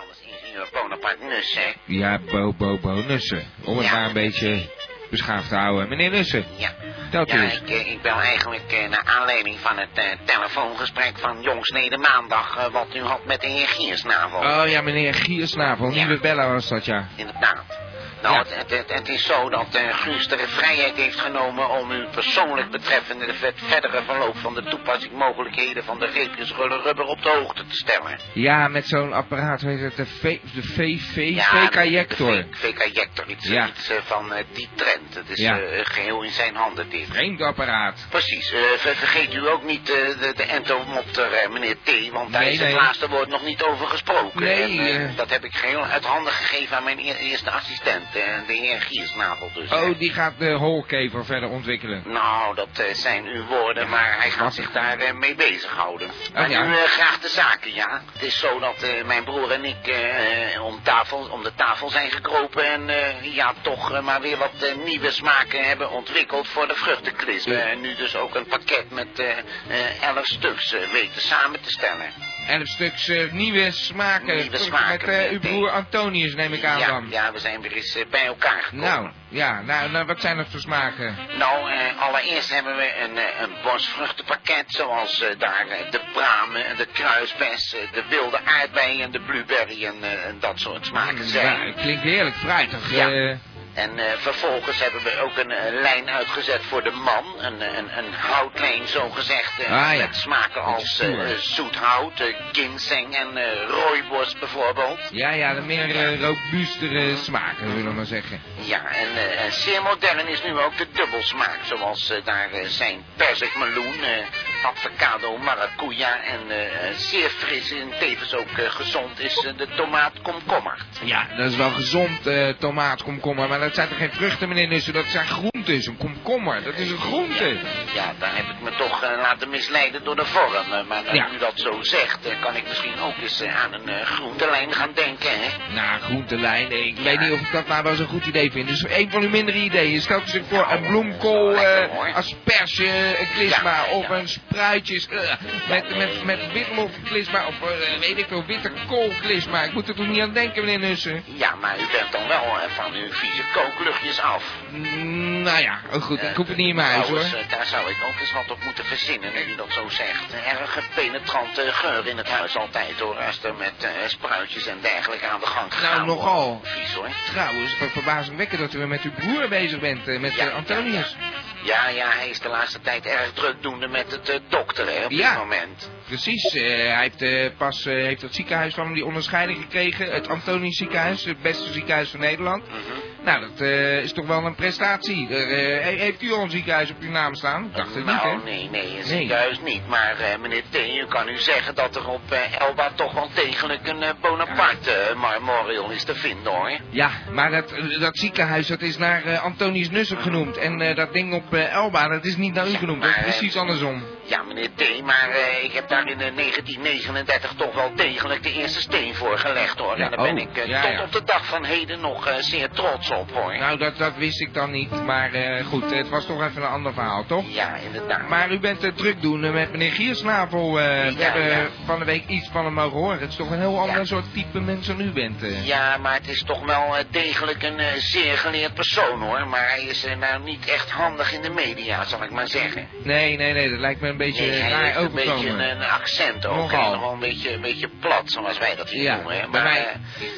Anders, ingenieur Bonaparte Nussen. Ja, Bo Bo Bo Nussen. Om het Ja. maar een beetje beschaafd te houden. Meneer Nussen. Ja. Dat ja, is. ik, eh, ik bel eigenlijk eh, naar aanleiding van het eh, telefoongesprek van jongstleden maandag eh, wat u had met de heer Giersnavel. Oh ja, meneer Giersnavel. Nieuwe bellen was dat, ja. Inderdaad. Nou, het, het, het, het is zo dat eh Guus de vrijheid heeft genomen om u persoonlijk betreffende de vet- verdere verloop van de toepassingsmogelijkheden van de reepjes Rulle rubber op de hoogte te stellen. Ja, met zo'n apparaat heet het de, v, de VV, Ja, VK-jector. VK Jector, iets, Ja. iets eh, van eh, die trend. Het is Ja. eh, geheel in zijn handen dit. Vreemd apparaat. Precies. Eh, ver- vergeet u ook niet eh, de, de entomopter, eh, meneer T. Want daar Nee, is nee. het laatste woord nog niet over gesproken. Nee, En, eh, eh. Dat heb ik geheel uit handen gegeven aan mijn e- eerste assistent, eh, de heer Giersnavel dus. hè. Oh, die gaat de holkever verder ontwikkelen. Nou, dat eh, zijn uw woorden, maar hij gaat zich daar eh, mee bezighouden. maar Oh, ja. nu eh, graag de zaken, ja. Het is zo dat eh, mijn broer en ik eh, eh, om, tafel, om de tafel zijn gekropen en eh, ja, toch eh, maar weer wat eh, nieuwe smaken hebben ontwikkeld voor de vruchtenkrisp. Ja. En nu dus ook een pakket met eh, eh, elf stuks eh, weten samen te stellen. Elf stuks eh, nieuwe smaken. Nieuwe smaken, Met eh, meneer uw T. broer Antonius neem ik aan ja, dan. ja, we zijn weer eens eh, bij elkaar gekomen. Nou, ja, nou, nou, wat zijn dat voor smaken? Nou, eh, allereerst hebben we een, eh, een bosvruchtenpakket, zoals eh, daar eh, de bramen, en de kruisbes, eh, de wilde aardbei en de blueberry en, eh, en dat soort smaken zijn. Ja, klinkt heerlijk, fruitig. Ja. eh, En eh, vervolgens hebben we ook een eh, lijn uitgezet voor de man, een, eh, een, een houtlijn zogezegd, eh, Ah, ja. met smaken als stoer. eh, eh, zoet hout, eh, ginseng en eh rooibos bijvoorbeeld. ja, ja, de meer eh, robuustere smaken, zullen we maar zeggen. Ja, en eh, en zeer modern is nu ook de dubbelsmaak, zoals eh, daar eh, zijn perzikmeloen, eh avocado, maracuja en eh, eh, zeer fris en tevens ook eh, gezond is eh, de tomaat komkommer. Ja, dat is wel gezond, eh, tomaat, komkommer, maar dat zijn toch geen vruchten, meneer Nussen? Dat zijn groentes, een komkommer, dat is een groente. Ja, daar heb ik me toch eh, laten misleiden door de vorm, eh, maar nu Ja. u dat zo zegt, eh, kan ik misschien ook eens eh, aan een eh, groentelijn gaan denken, hè? Nou, groentelijn, eh, ik weet niet of ik dat nou wel zo'n goed idee vind. Dus een van uw mindere ideeën, stelt u zich voor een bloemkool, eh, asperge, een klisma of een spruitjes eh, met, met, met witlof klisma of eh, weet ik veel, witte kool klisma. Ik moet er toch niet aan denken, meneer Nussen? Ja, maar u bent dan wel eh, van uw vieze kookluchtjes af. Mm, nou ja, oh, goed, ik hoef het niet in mijn huis Eh, Trouwens, hoor. eh, daar zou ik ook eens wat op moeten verzinnen, nu u dat zo zegt. Een erg penetrante geur in het huis altijd, hoor. Als er met eh, spruitjes en dergelijke aan de gang Nou, gegaan wordt. nogal. Vies, hoor. Trouwens, wat verbazingwekkend dat u weer met uw broer bezig bent, eh, met eh, Antonius. Ja, ja, hij is de laatste tijd erg drukdoende met het eh, dokteren op Ja. dit moment. Precies, eh, hij heeft eh, pas eh, heeft dat ziekenhuis van hem die onderscheiding gekregen. Het Antonius ziekenhuis, het beste ziekenhuis van Nederland. Mhm. Nou, dat eh, is toch wel een prestatie. Er, eh, he- heeft u al een ziekenhuis op uw naam staan? Ik dacht het niet, nou, hè? nee, nee, is Nee. juist niet. Maar eh, meneer T, u kan u zeggen dat er op eh, Elba toch wel degelijk een eh, Bonaparte eh, marmorial is te vinden, hoor. Ja, maar dat, eh, dat ziekenhuis dat is naar eh, Antonius Nussen genoemd. En eh, dat ding op eh, Elba, dat is niet naar u genoemd. Dat is maar, eh, precies andersom. Ja, meneer T, maar eh, ik heb daar in eh, 1939 toch wel degelijk de eerste steen voor gelegd, hoor. Ja, en daar ben oh, ik eh, ja, tot ja. op de dag van heden nog eh, zeer trots op, hoor. Nou, dat, dat wist ik dan niet. Maar eh, goed, het was toch even een ander verhaal, toch? Ja, inderdaad. Maar u bent eh, druk doen eh, met meneer Giersnavel. eh, we Ja, hebben ja. van de week iets van hem mogen horen. Het is toch een heel ander soort type mens dan u bent. eh. Ja, maar het is toch wel eh, degelijk een eh, zeer geleerd persoon, hoor. Maar hij is eh, nou niet echt handig in de media, zal ik maar zeggen. Nee, nee, nee, dat lijkt me een beetje nee, hij raar heeft een overkomen. beetje een, een accent ook. Nogal. En nogal een beetje, een beetje plat, zoals wij dat hier Ja, noemen. Hè. bij mij- eh,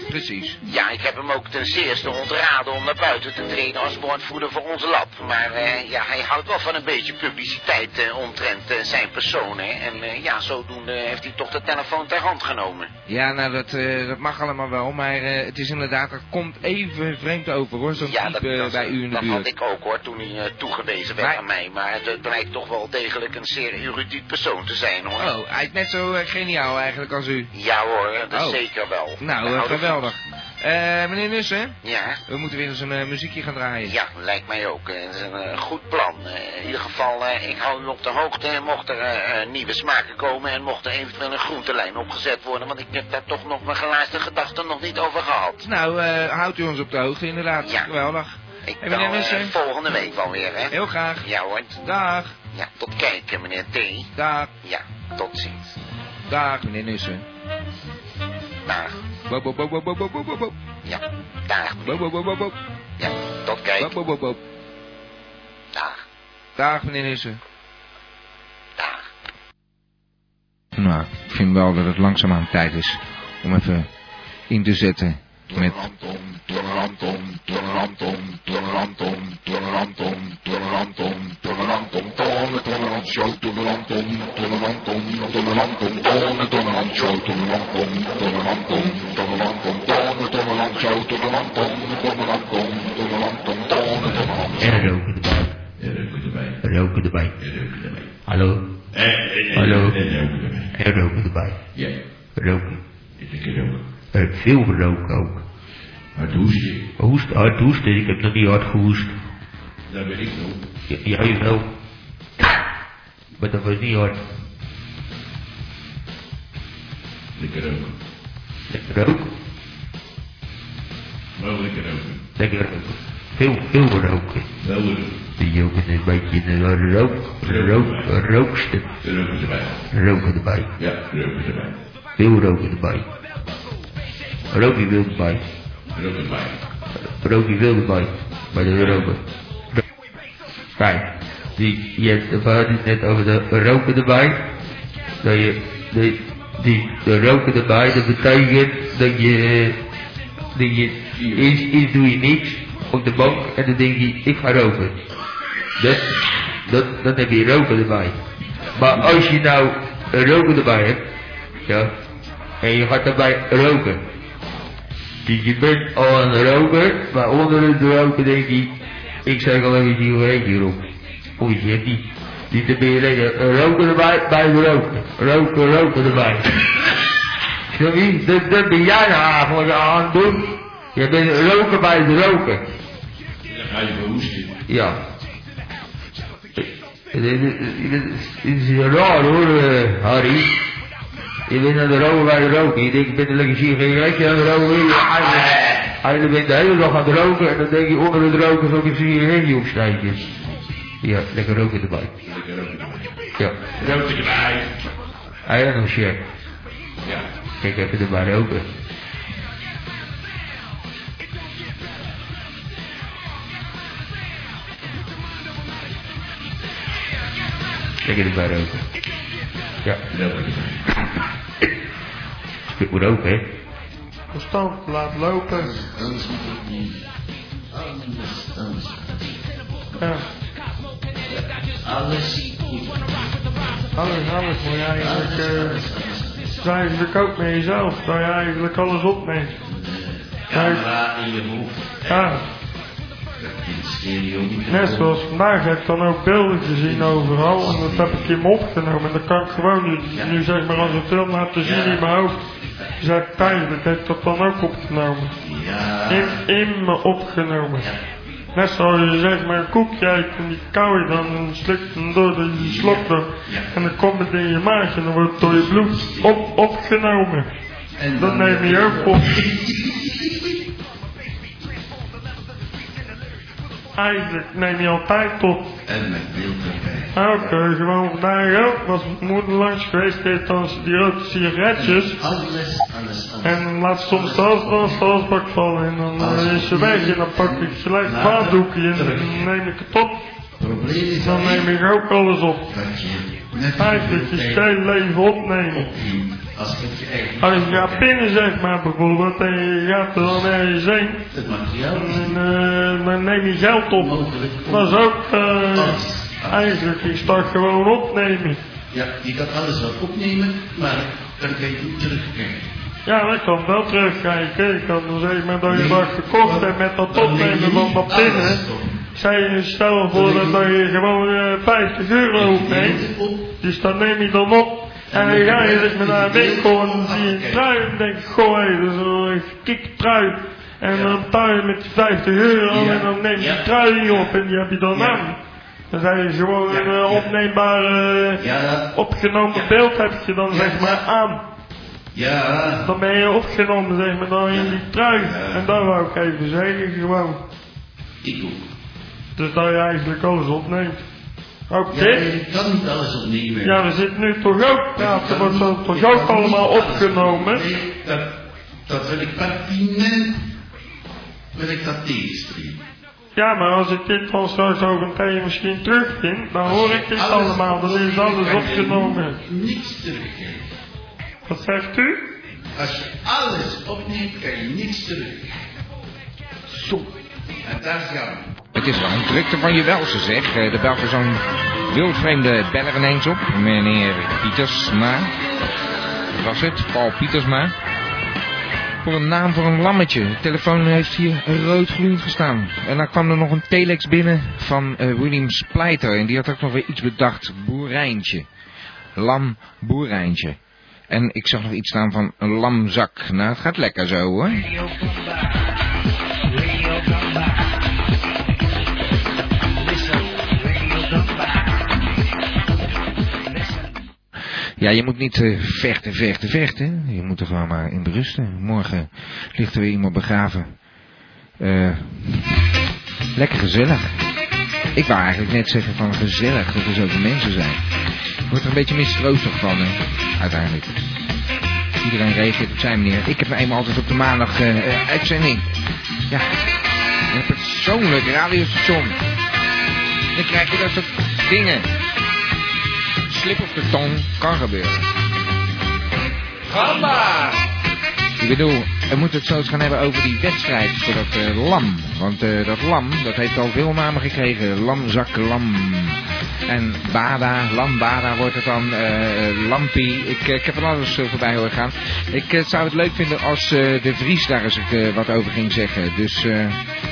Precies. ja, ik heb hem ook ten zeerste ontraden om naar buiten te treden als woordvoerder voor ons lab. Maar eh, ja, hij houdt wel van een beetje publiciteit eh, omtrent eh, zijn persoon. Hè. En eh, ja, zodoende heeft hij toch de telefoon ter hand genomen. Ja, nou, dat, eh, dat mag allemaal wel. Maar eh, het is inderdaad, dat komt even vreemd over, hoor. Zo'n Ja, dat, type eh, dat- bij u in de dat buurt. had ik ook hoor, toen hij eh, toegewezen werd aan mij. Maar het, eh, blijkt toch wel degelijk een zeer erudiet persoon te zijn hoor. Oh, hij is net zo eh, geniaal eigenlijk als u. Ja hoor, dat Oh. zeker wel. Nou, We eh, houden geweldig. Eh, meneer Nussen? Ja? We moeten weer eens een eh, muziekje gaan draaien. Ja, lijkt mij ook. Eh, Het is een eh, goed plan. Eh, in ieder geval, eh, ik hou u op de hoogte. Mocht er eh, eh, nieuwe smaken komen en mocht er eventueel een groentelijn opgezet worden. Want ik heb daar toch nog mijn gelaatste gedachten nog niet over gehad. Nou, eh, houdt u ons op de hoogte inderdaad. Ja. Geweldig. Ik En bel meneer eh, Nussen? volgende week wel weer, hè? Heel graag. Ja hoor. Dag. Ja, tot kijken, meneer T. Dag. Ja, tot ziens. Dag, meneer Nussen. Dag. Bo, bo, bo, bo, bo, bo, bo, bo, bo. Ja, dag. Bo, bo, bo, bo, bo. Ja, tot kijk. Bo, bo, bo, bo. Dag. Dag, meneer Nussen. Nou, ik vind wel dat het langzaamaan tijd is om even in te zetten met... En roken erbij. Roken erbij. Hallo. Hallo. En roken erbij. Ja. Roken. Ik heb ook. Ik heb veel geroken ook. Hard hoesten. Hoest, hard hoesten. Ik heb nog niet hard gehoest. Daar ben ik nog. Ja, ja, jawel. Maar dat was niet hard. Lekker roken. Lekker roken. Wel lekker roken. Lekker roken. Veel, veel geroken. Wel leuk. Die jongen is een beetje een rook, rook, rookster. Roken erbij. Roken erbij. Ja, roken erbij. Veel roken erbij. Rook je wild erbij. Roken erbij. Rook je wild erbij. Bij de roken. Kijk, die, je hebt we hadden het net over de roken erbij. Dat je, die, die, de roken erbij, dat betekent dat je, dat je, eerst, eerst doe je niks op de bank en dan denk je, ik ga roken. Dat, dat, dan heb je roken erbij. Maar als je nou een roker erbij hebt, ja, en je gaat erbij roken. Dus je bent al een roker, maar onder het roken denk je, ik zeg al even die reet hierop. Of je hebt die. Die te ben je lekker een roker erbij, bij de roken. Roken, roken erbij. Snap je? Dat, dat ben jij nou eigenlijk aan het doen. Je bent een roker bij de roken. Dan ga je voor hoesten. Ja. Het is, het is raar hoor, eh, Harry. Je bent aan de roken bij de roken. Je denkt, ik ben een lekker sigaretje aan de roken. Hij bent de hele dag aan het roken en dan denk je onder het roken zo'n sigaretje opstijgen. Ja, lekker roken erbij. Lekker roken erbij. Ja. Roken erbij. Hij had nog check. Ja. Kijk even erbij roken. Kijk erbij roken. Ja. Roken erbij. Stuk moet roken, hè? Verstand, laat lopen. Ja. Alles. Alles, alles moet je eigenlijk. eh, doe eigenlijk ook met jezelf. Daar je eigenlijk alles opneemt. Camera in je hoofd. Ja. Net zoals vandaag heb ik dan ook beelden gezien overal en dat heb ik in me opgenomen. En dat kan ik gewoon nu, nu zeg maar als een film laten zien in mijn hoofd. Dus heb ik tijdelijk heb ik dat dan ook opgenomen. In, in me opgenomen. Net zoals je zeg maar een koekje eet en die kauw je dan en slikt hem door, dus je slokt hem. En dan komt het in je maag en dan wordt het door je bloed op, opgenomen. En dat neem je ook op. Eigenlijk neem je altijd op. En met wild erbij. Ah, Oké, gewoon vandaag ook. Was mijn moeder langs geweest, heeft dan die rode sigaretjes. Alles, alles, alles. En dan laat soms de afwas- de asbak vallen en dan eh, is ze weg en dan pak ik gelijk een vaatdoekje en dan neem ik het op. Dan neem ik ook alles op. Eigenlijk je hele leven opnemen. Als het je eigen... Als je gaat pinnen zeg maar bijvoorbeeld en je gaat er dan ergens heen. En eh, dan neem je geld op. Dat is ook eh, eigenlijk, ik start gewoon opnemen. Ja, je kan alles wel opnemen, maar dan kan je niet terugkijken. Ja, ik kan wel terugkijken. Ik kan dus even met dat je dat gekocht hebt met dat opnemen van dat pinnen. Zij stellen voor dat je gewoon eh, 50 euro opneemt. Dus dan neem je dan op. En dan ga je zeg maar naar een winkel en dan zie je een trui. En denk je, goh hé, dat is een gekik trui. En dan betaal je met die 50 euro en dan neem je die trui niet op en die heb je dan aan. Dan zijn je gewoon een eh, opneembaar eh, opgenomen beeld heb je dan zeg maar aan. Ja. Dan ben je opgenomen, zeg maar, dan in die trui. En dat wou ik even zeggen, gewoon. Ik ook. Dus dat je eigenlijk alles opneemt. Ook Ja, dit? je kan niet alles opnemen. Ja, we zitten nu toch ook praten, wordt dat toch ook allemaal opgenomen? Dat, dat wil ik pertinent, wil ik dat tegenstreven. Ja, maar als ik dit dan straks over een tijdje misschien terugvind, dan hoor ik dit allemaal. Dan is alles opgenomen. Niks terugkijken. Wat zegt u? Als je alles opneemt, kan je niks terugkijken. Zo. En daar is jammer. Het is wel een drukte van je welze, zeg. Eh, Er belt er zo'n wildvreemde beller ineens op. Meneer Pietersma. Wat was het? Paul Pietersma. Voor een naam voor een lammetje. De telefoon heeft hier rood gloeiend gestaan. En dan kwam er nog een telex binnen van eh, William Splijter. En die had ook nog weer iets bedacht. Boerijntje. Lam boerijntje. En ik zag nog iets staan van een lamzak. Nou, het gaat lekker zo hoor. Ja, je moet niet eh, vechten, vechten, vechten. Je moet er gewoon maar in berusten. Morgen ligt er weer iemand begraven. Eh, lekker gezellig. Ik wou eigenlijk net zeggen van gezellig dat er zoveel mensen zijn. Ik word er een beetje mistroostig van, hè, uiteindelijk. Iedereen reageert op zijn manier. Ik heb nou eenmaal altijd op de maandag eh, eh, uitzending. Ja, een persoonlijk radiostation. Dan krijg je dat soort dingen. Slip op de tong kan gebeuren. Gamba! Ik bedoel, we moeten het zo eens gaan hebben over die wedstrijd voor dat eh, lam. Want eh, dat lam, dat heeft al veel namen gekregen. Lamzak, lam. En Bada, Lambada wordt het dan. eh lampie. Ik, eh, ik heb er alles eh, voorbij horen gaan. Ik eh, zou het leuk vinden als eh, De Vries daar eens eh, wat over ging zeggen. Dus eh,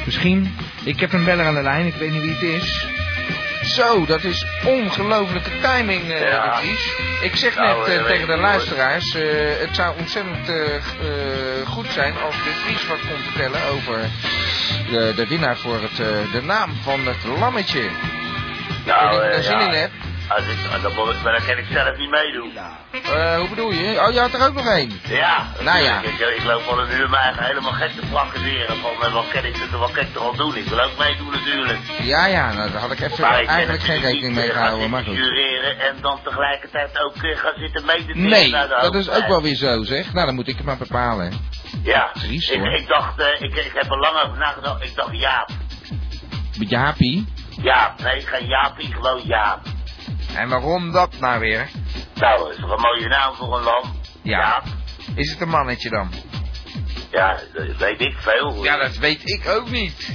misschien. Ik heb een beller aan de lijn, ik weet niet wie het is. Zo, dat is ongelofelijke timing, eh, De Vries. Ik zeg Nou, net eh, eh, weet tegen ik de niet, luisteraars, eh, het zou ontzettend eh, eh, goed zijn als de Vries wat kon vertellen over de, de winnaar voor het, eh, de naam van het lammetje. Nou, Als je er eh, zin ja. in hebt. Als ik, dan, moet ik- maar dan kan ik zelf niet meedoen. Eh, hoe bedoel je? Oh, je had er ook nog één. Ja, Nou ja. Ik, ik loop al een uur mij eigen helemaal gek te praktiseren. Van eh, wat kan ik, wat kan ik er al doen? Ik wil ook meedoen natuurlijk. Ja, ja, nou, daar had ik even Maar ik ben eigenlijk geen natuurlijk rekening niet, mee eh, gehouden, gaan maar goed. Jureren en dan tegelijkertijd ook eh, gaan zitten mediteren. Nee, naar de dat is hoofdprijs. ook wel weer zo, zeg. Nou, dan moet ik het maar bepalen. hè. Ja, Triest, ik, hoor. ik dacht, eh, ik, ik heb er lang over nagedacht. Ik dacht Jaap. Jaapie. Jaap, nee, geen Jaapie, gewoon Jaap. En waarom dat nou weer? Nou, dat is toch een mooie naam voor een lam? Ja. Is het een mannetje dan? Ja, dat weet ik veel. Ja, dat weet ik ook niet.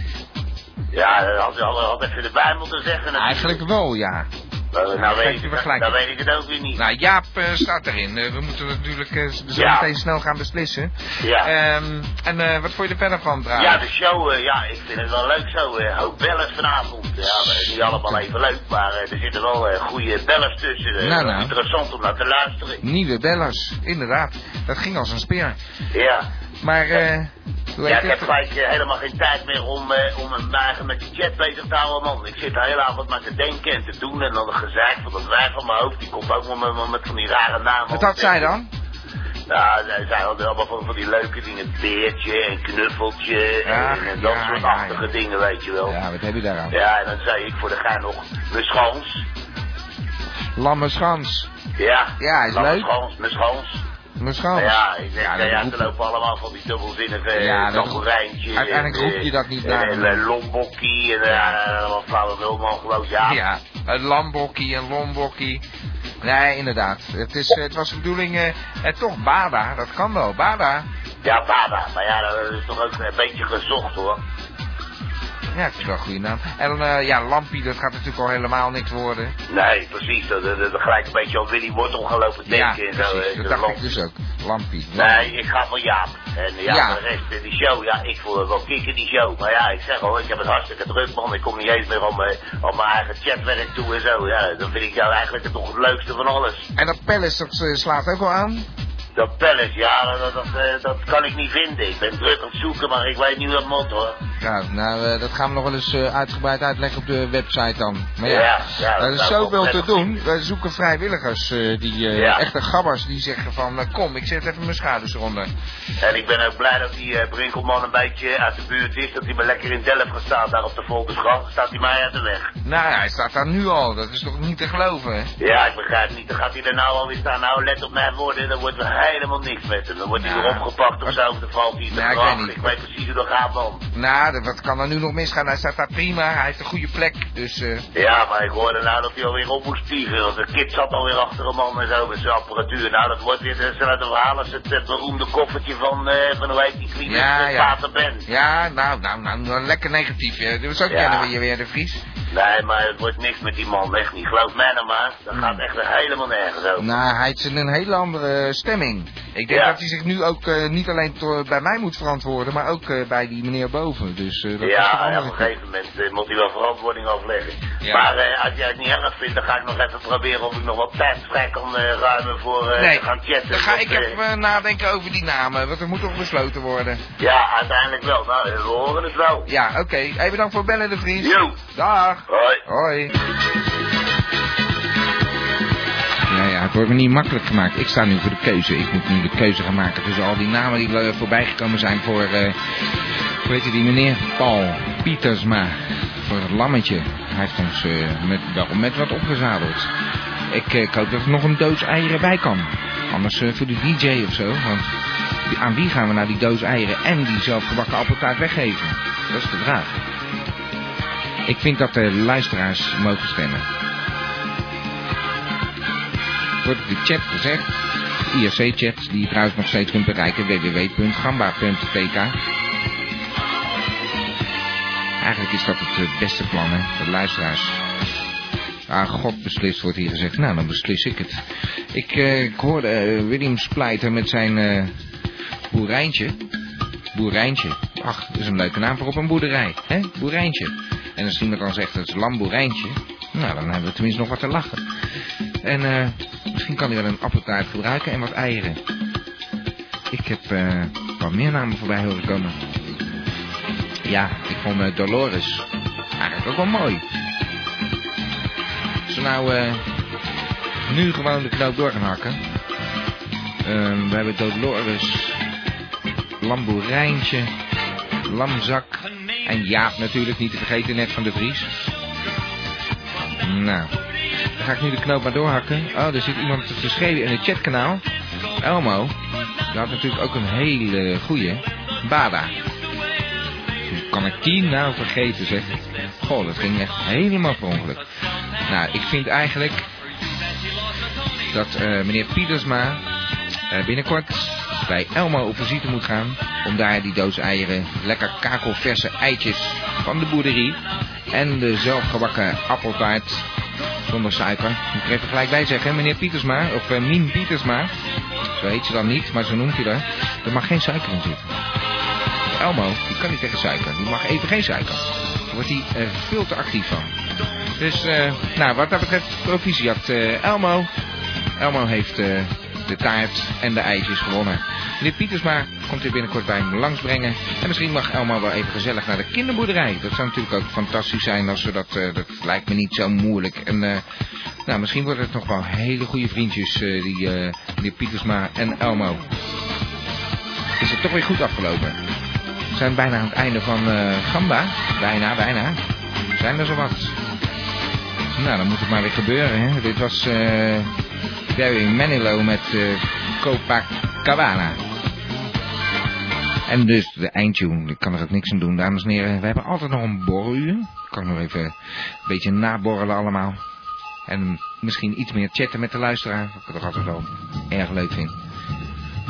Ja, dat had je al, had even erbij moeten zeggen. Eigenlijk wel, ja. Nou, Ja, nou, geef weet je ik, me het- gelijk. nou weet ik het ook weer niet. Nou, Jaap eh, staat erin. Eh, we moeten natuurlijk eh, zo Ja. meteen snel gaan beslissen. Ja. Ehm, en eh, wat vond je er verder van, trouwens? Ja, de show, eh, ja, ik vind het wel leuk zo. eh ook bellen vanavond. Ja, maar het is niet allemaal even leuk, maar eh, er zitten wel eh, goede bellers tussen. eh, Nou, nou. Interessant om naar te luisteren. Nieuwe bellers, inderdaad. Dat ging als een speer. Ja. Maar eh, Ja, ik heb gelijk eh, helemaal geen tijd meer om, eh, om een dagen met die chat bezig te houden, man. Ik zit de hele avond maar te denken en te doen en dan een gezeik van dat wijf van mijn hoofd. Die komt ook met, met, met van die rare namen. Wat had zij dan? Nou, zij zij hadden allemaal van, van die leuke dingen. Beertje en knuffeltje en, Ach, en dat ja, soort ja, ja. achtige dingen, weet je wel. Ja, wat heb je daar aan? Ja, en dan zei ik voor de gein nog, mijn schans. Lamme schans. Ja, Ja, is Nou, mijn leuk. schans, mijn schans. Mijn schans. Ja, ik denk, ja, dat ja, roept- er lopen allemaal van die dubbelzinnige Ja, ja, dat- tamboerijntjes. uiteindelijk en, eh, roep je dat niet en- naar En, hem. eh, lombokkie en eh, wat flauwekul, man, geloof ja. Ja, een lambokkie, een lombokkie. Nee, inderdaad. Het, is, eh, het was de bedoeling... eh, en toch, Bada, dat kan wel. Bada. Ja, Baba. Maar ja, dat is toch ook een beetje gezocht, hoor. Ja, het is wel een goede naam. En eh, ja, Lampie, dat gaat natuurlijk al helemaal niks worden. Nee, precies. Dat, dat, dat gelijk een beetje aan Willy Wortel gaan lopen ja, denken. en zo, precies. eh, Dat zo dacht lang. ik dus ook. Lampie. Nee, ik ga voor Jaap. En ja, Ja. voor de rest eh, die show, ja, ik voel het wel kicken die show. Maar ja, ik zeg al, ik heb het hartstikke druk man. Ik kom niet eens meer om, eh, om mijn eigen chatwerk toe en zo. Ja, dat vind ik nou eigenlijk het nog het leukste van alles. En dat Palace, dat eh, slaat ook wel aan. Dat pellet, ja, dat, dat, eh, dat kan ik niet vinden. Ik ben druk aan het zoeken, maar ik weet niet wat mot hoor. Ja, nou, eh, dat gaan we nog wel eens eh, uitgebreid uitleggen op de website dan. Maar ja, Ja, ja, er dat is zou ik zoveel wel te prettig doen. Wij zoeken vrijwilligers, eh, die eh, Ja. echte gabbers, die zeggen van, nou, kom, ik zet even mijn schouders eronder. En ik ben ook blij dat die eh, Brinkelman een beetje uit de buurt is. Dat hij me lekker in Delft gaat staan, daar op de Volksgracht. Staat hij mij uit de weg. Nou, hij staat daar nu al, dat is toch niet te geloven? Ja, ik begrijp niet. Dan gaat hij er nou alweer staan. Nou, let op mijn woorden. Dan wordt er helemaal niks met hem. Dan wordt hij Nou. weer opgepakt of zo. Of dan valt hij in de Nou, ik gracht. weet niet. Ik weet precies hoe dat gaat, man. Nou, dat- wat kan er nu nog misgaan? Hij staat daar prima, hij heeft een goede plek, dus... eh, Ja, maar ik hoorde nou dat hij alweer op moest vliegen. Want de kid zat alweer achter hem man en zo met zijn apparatuur. Nou, dat wordt weer hetzelfde verhaal als het eh, beroemde koffertje van, eh, van hoe heet die kliniek? ja, eh, ja. Pater Ben. Ja, nou, nou, nou, nou, lekker negatief. hè. Dat was ook Ja. kennen we hier weer, de Vries. Nee, maar het wordt niks met die man, echt niet. Geloof mij nou maar, dat Hmm. gaat echt weer helemaal nergens over. Nou, hij heeft een hele andere eh, stemming. Ik denk Ja. dat hij zich nu ook eh, niet alleen to- bij mij moet verantwoorden, maar ook eh, bij die meneer boven. Dus eh, dat is toch ja, ja, allemaal op een weer- gegeven moment eh, moet hij wel verantwoording afleggen. Ja. Maar eh, als jij het niet erg vindt, dan ga ik nog even proberen of ik nog wat tijd vrij kan eh, ruimen voor eh, Nee, te gaan chatten. Dan ga Want, ik eh, even eh, nadenken over die namen, want er moet toch besloten worden. Ja, uiteindelijk wel. Nou, eh, we horen het wel. Ja, oké. Hey, bedankt voor bellen, de Vries. Jo. Dag. Hoi. Hoi. Ja, ja, het wordt me niet makkelijk gemaakt. Ik sta nu voor de keuze. Ik moet nu de keuze gaan maken tussen al die namen die eh, voorbij gekomen zijn voor, eh hoe heet die meneer? Paul Pietersma. Voor het lammetje. Hij heeft ons eh, met, wel met wat opgezadeld. Ik, eh, ik hoop dat er nog een doos eieren bij kan. Anders eh, voor de DJ of zo. Want wie- aan wie gaan we nou die doos eieren en die zelfgebakken appeltaart weggeven? Dat is de vraag. Ik vind dat de luisteraars mogen stemmen wordt op de chat gezegd. IRC-chat, die je trouwens nog steeds kunt bereiken, www.gamba.tk. Eigenlijk is dat het eh, beste plan, hè, de luisteraars. Ah, God beslist, wordt hier gezegd. Nou, dan beslis ik het. Ik, eh, ik hoorde eh, William Splijter met zijn eh, boerijntje. Boerijntje. Ach, dat is een leuke naam voor op een boerderij. Hè? Boerijntje. En als iemand dan zegt, dat is lamboerijntje. Nou, dan hebben we tenminste nog wat te lachen. En eh, misschien kan hij wel een appeltaart gebruiken en wat eieren. Ik heb eh wat meer namen voorbij horen komen. Ja, ik vond eh, Dolores eigenlijk ook wel mooi. Als we nou eh, nu gewoon de knoop door gaan hakken. Ehm, we hebben Dolores, Lamboerijntje, Lamzak en Jaap natuurlijk niet te vergeten, net van de Vries. Nou, dan ga ik nu de knoop maar doorhakken. Oh, er zit iemand te schreeuwen in het chatkanaal. Elmo, die had natuurlijk ook een hele goeie. Bada. Hoe kan ik die nou vergeten, zeg? Goh, dat ging echt helemaal per ongeluk. Nou, ik vind eigenlijk dat eh, meneer Pietersma eh, binnenkort bij Elmo op visite moet gaan. Om daar die doos eieren, lekker kakelverse eitjes van de boerderie. En de zelfgebakken appeltaart zonder suiker. Moet ik er even gelijk bij zeggen, hè, meneer Pietersma, of eh, Mien Pietersma. Zo heet ze dan niet, maar zo noemt hij haar. Er mag geen suiker in zitten. Elmo, die kan niet tegen suiker. Die mag even geen suiker. Daar wordt hij eh, veel te actief van. Dus, eh, nou, wat dat betreft, proficiat eh, Elmo. Elmo heeft eh, de taart en de ijsjes gewonnen. Meneer Pietersma komt hier binnenkort bij hem langsbrengen. En misschien mag Elma wel even gezellig naar de kinderboerderij. Dat zou natuurlijk ook fantastisch zijn als ze dat... eh, dat lijkt me niet zo moeilijk. En eh, nou, misschien worden het nog wel hele goede vriendjes, eh, die eh, meneer Pietersma en Elmo. Is het toch weer goed afgelopen? We zijn bijna aan het einde van eh, Gamba. Bijna, bijna. We zijn er zo wat. Nou, dan moet het maar weer gebeuren. Hè. Dit was eh Gary Manilow met eh, Copacabana. En dus de eindtune, ik kan er ook niks aan doen, dames en heren. We hebben altijd nog een borreluur. Ik kan nog even een beetje naborrelen allemaal. En misschien iets meer chatten met de luisteraar. Wat ik toch altijd wel erg leuk vind.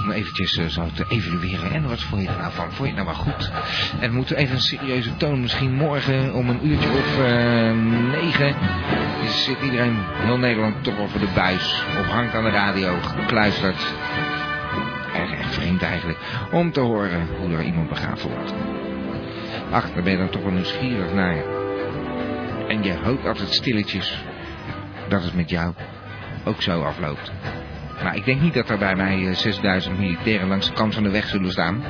Om eventjes eh, zo te evalueren. En wat vond je er nou van? Vond je het nou wel goed? En we moeten even een serieuze toon. Misschien morgen om een uurtje of eh, negen. Is, zit iedereen, heel Nederland, toch over de buis. Of hangt aan de radio, gekluisterd. Erg, erg vreemd eigenlijk. Om te horen hoe er iemand begraven wordt. Ach, daar ben je dan toch wel nieuwsgierig naar. En je hoopt altijd stilletjes dat het met jou ook zo afloopt. Maar Nou, ik denk niet dat er bij mij eh, 6000 militairen langs de kant van de weg zullen staan.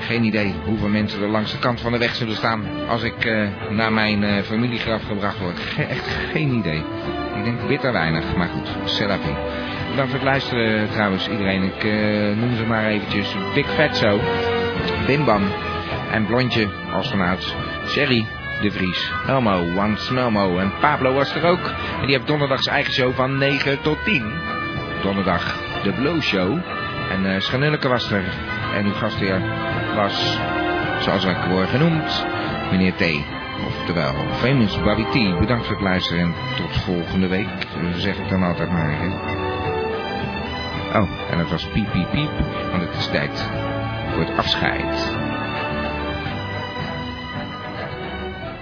Geen idee hoeveel mensen er langs de kant van de weg zullen staan als ik eh, naar mijn eh, familiegraf gebracht word. Ge- echt geen idee. Ik denk bitter weinig, maar goed, Serapi. Bedankt voor het luisteren trouwens iedereen. Ik eh, noem ze maar eventjes Big Fatso, Bimbam en Blondje als vanouds, Sherry, de Vries, Elmo, Once Melmo en Pablo was er ook. En die heeft donderdag zijn eigen show van 9 tot 10. Donderdag de Blow Show. En eh Schanulleke was er. En uw gastheer was, zoals ik word genoemd, meneer T. Oftewel, famous Bobby T. Bedankt voor het luisteren en tot volgende week. eh, Zeg ik dan altijd maar. hè. Oh, en dat was piep piep piep, want het is tijd voor het afscheid.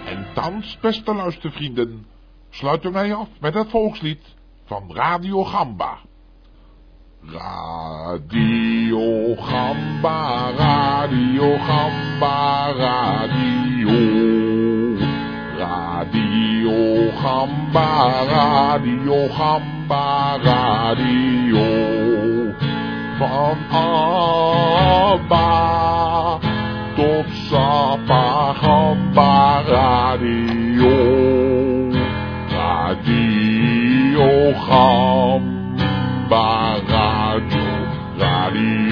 En thans, beste luistervrienden, sluiten wij af met het volkslied van Radio Gamba. Radio Gamba, Radio Gamba, Radio. Radio Gamba, Radio Gamba, Radio. Van Abba tot Sapa Gamba, Radio. Radio Gamba. Barado, Rally.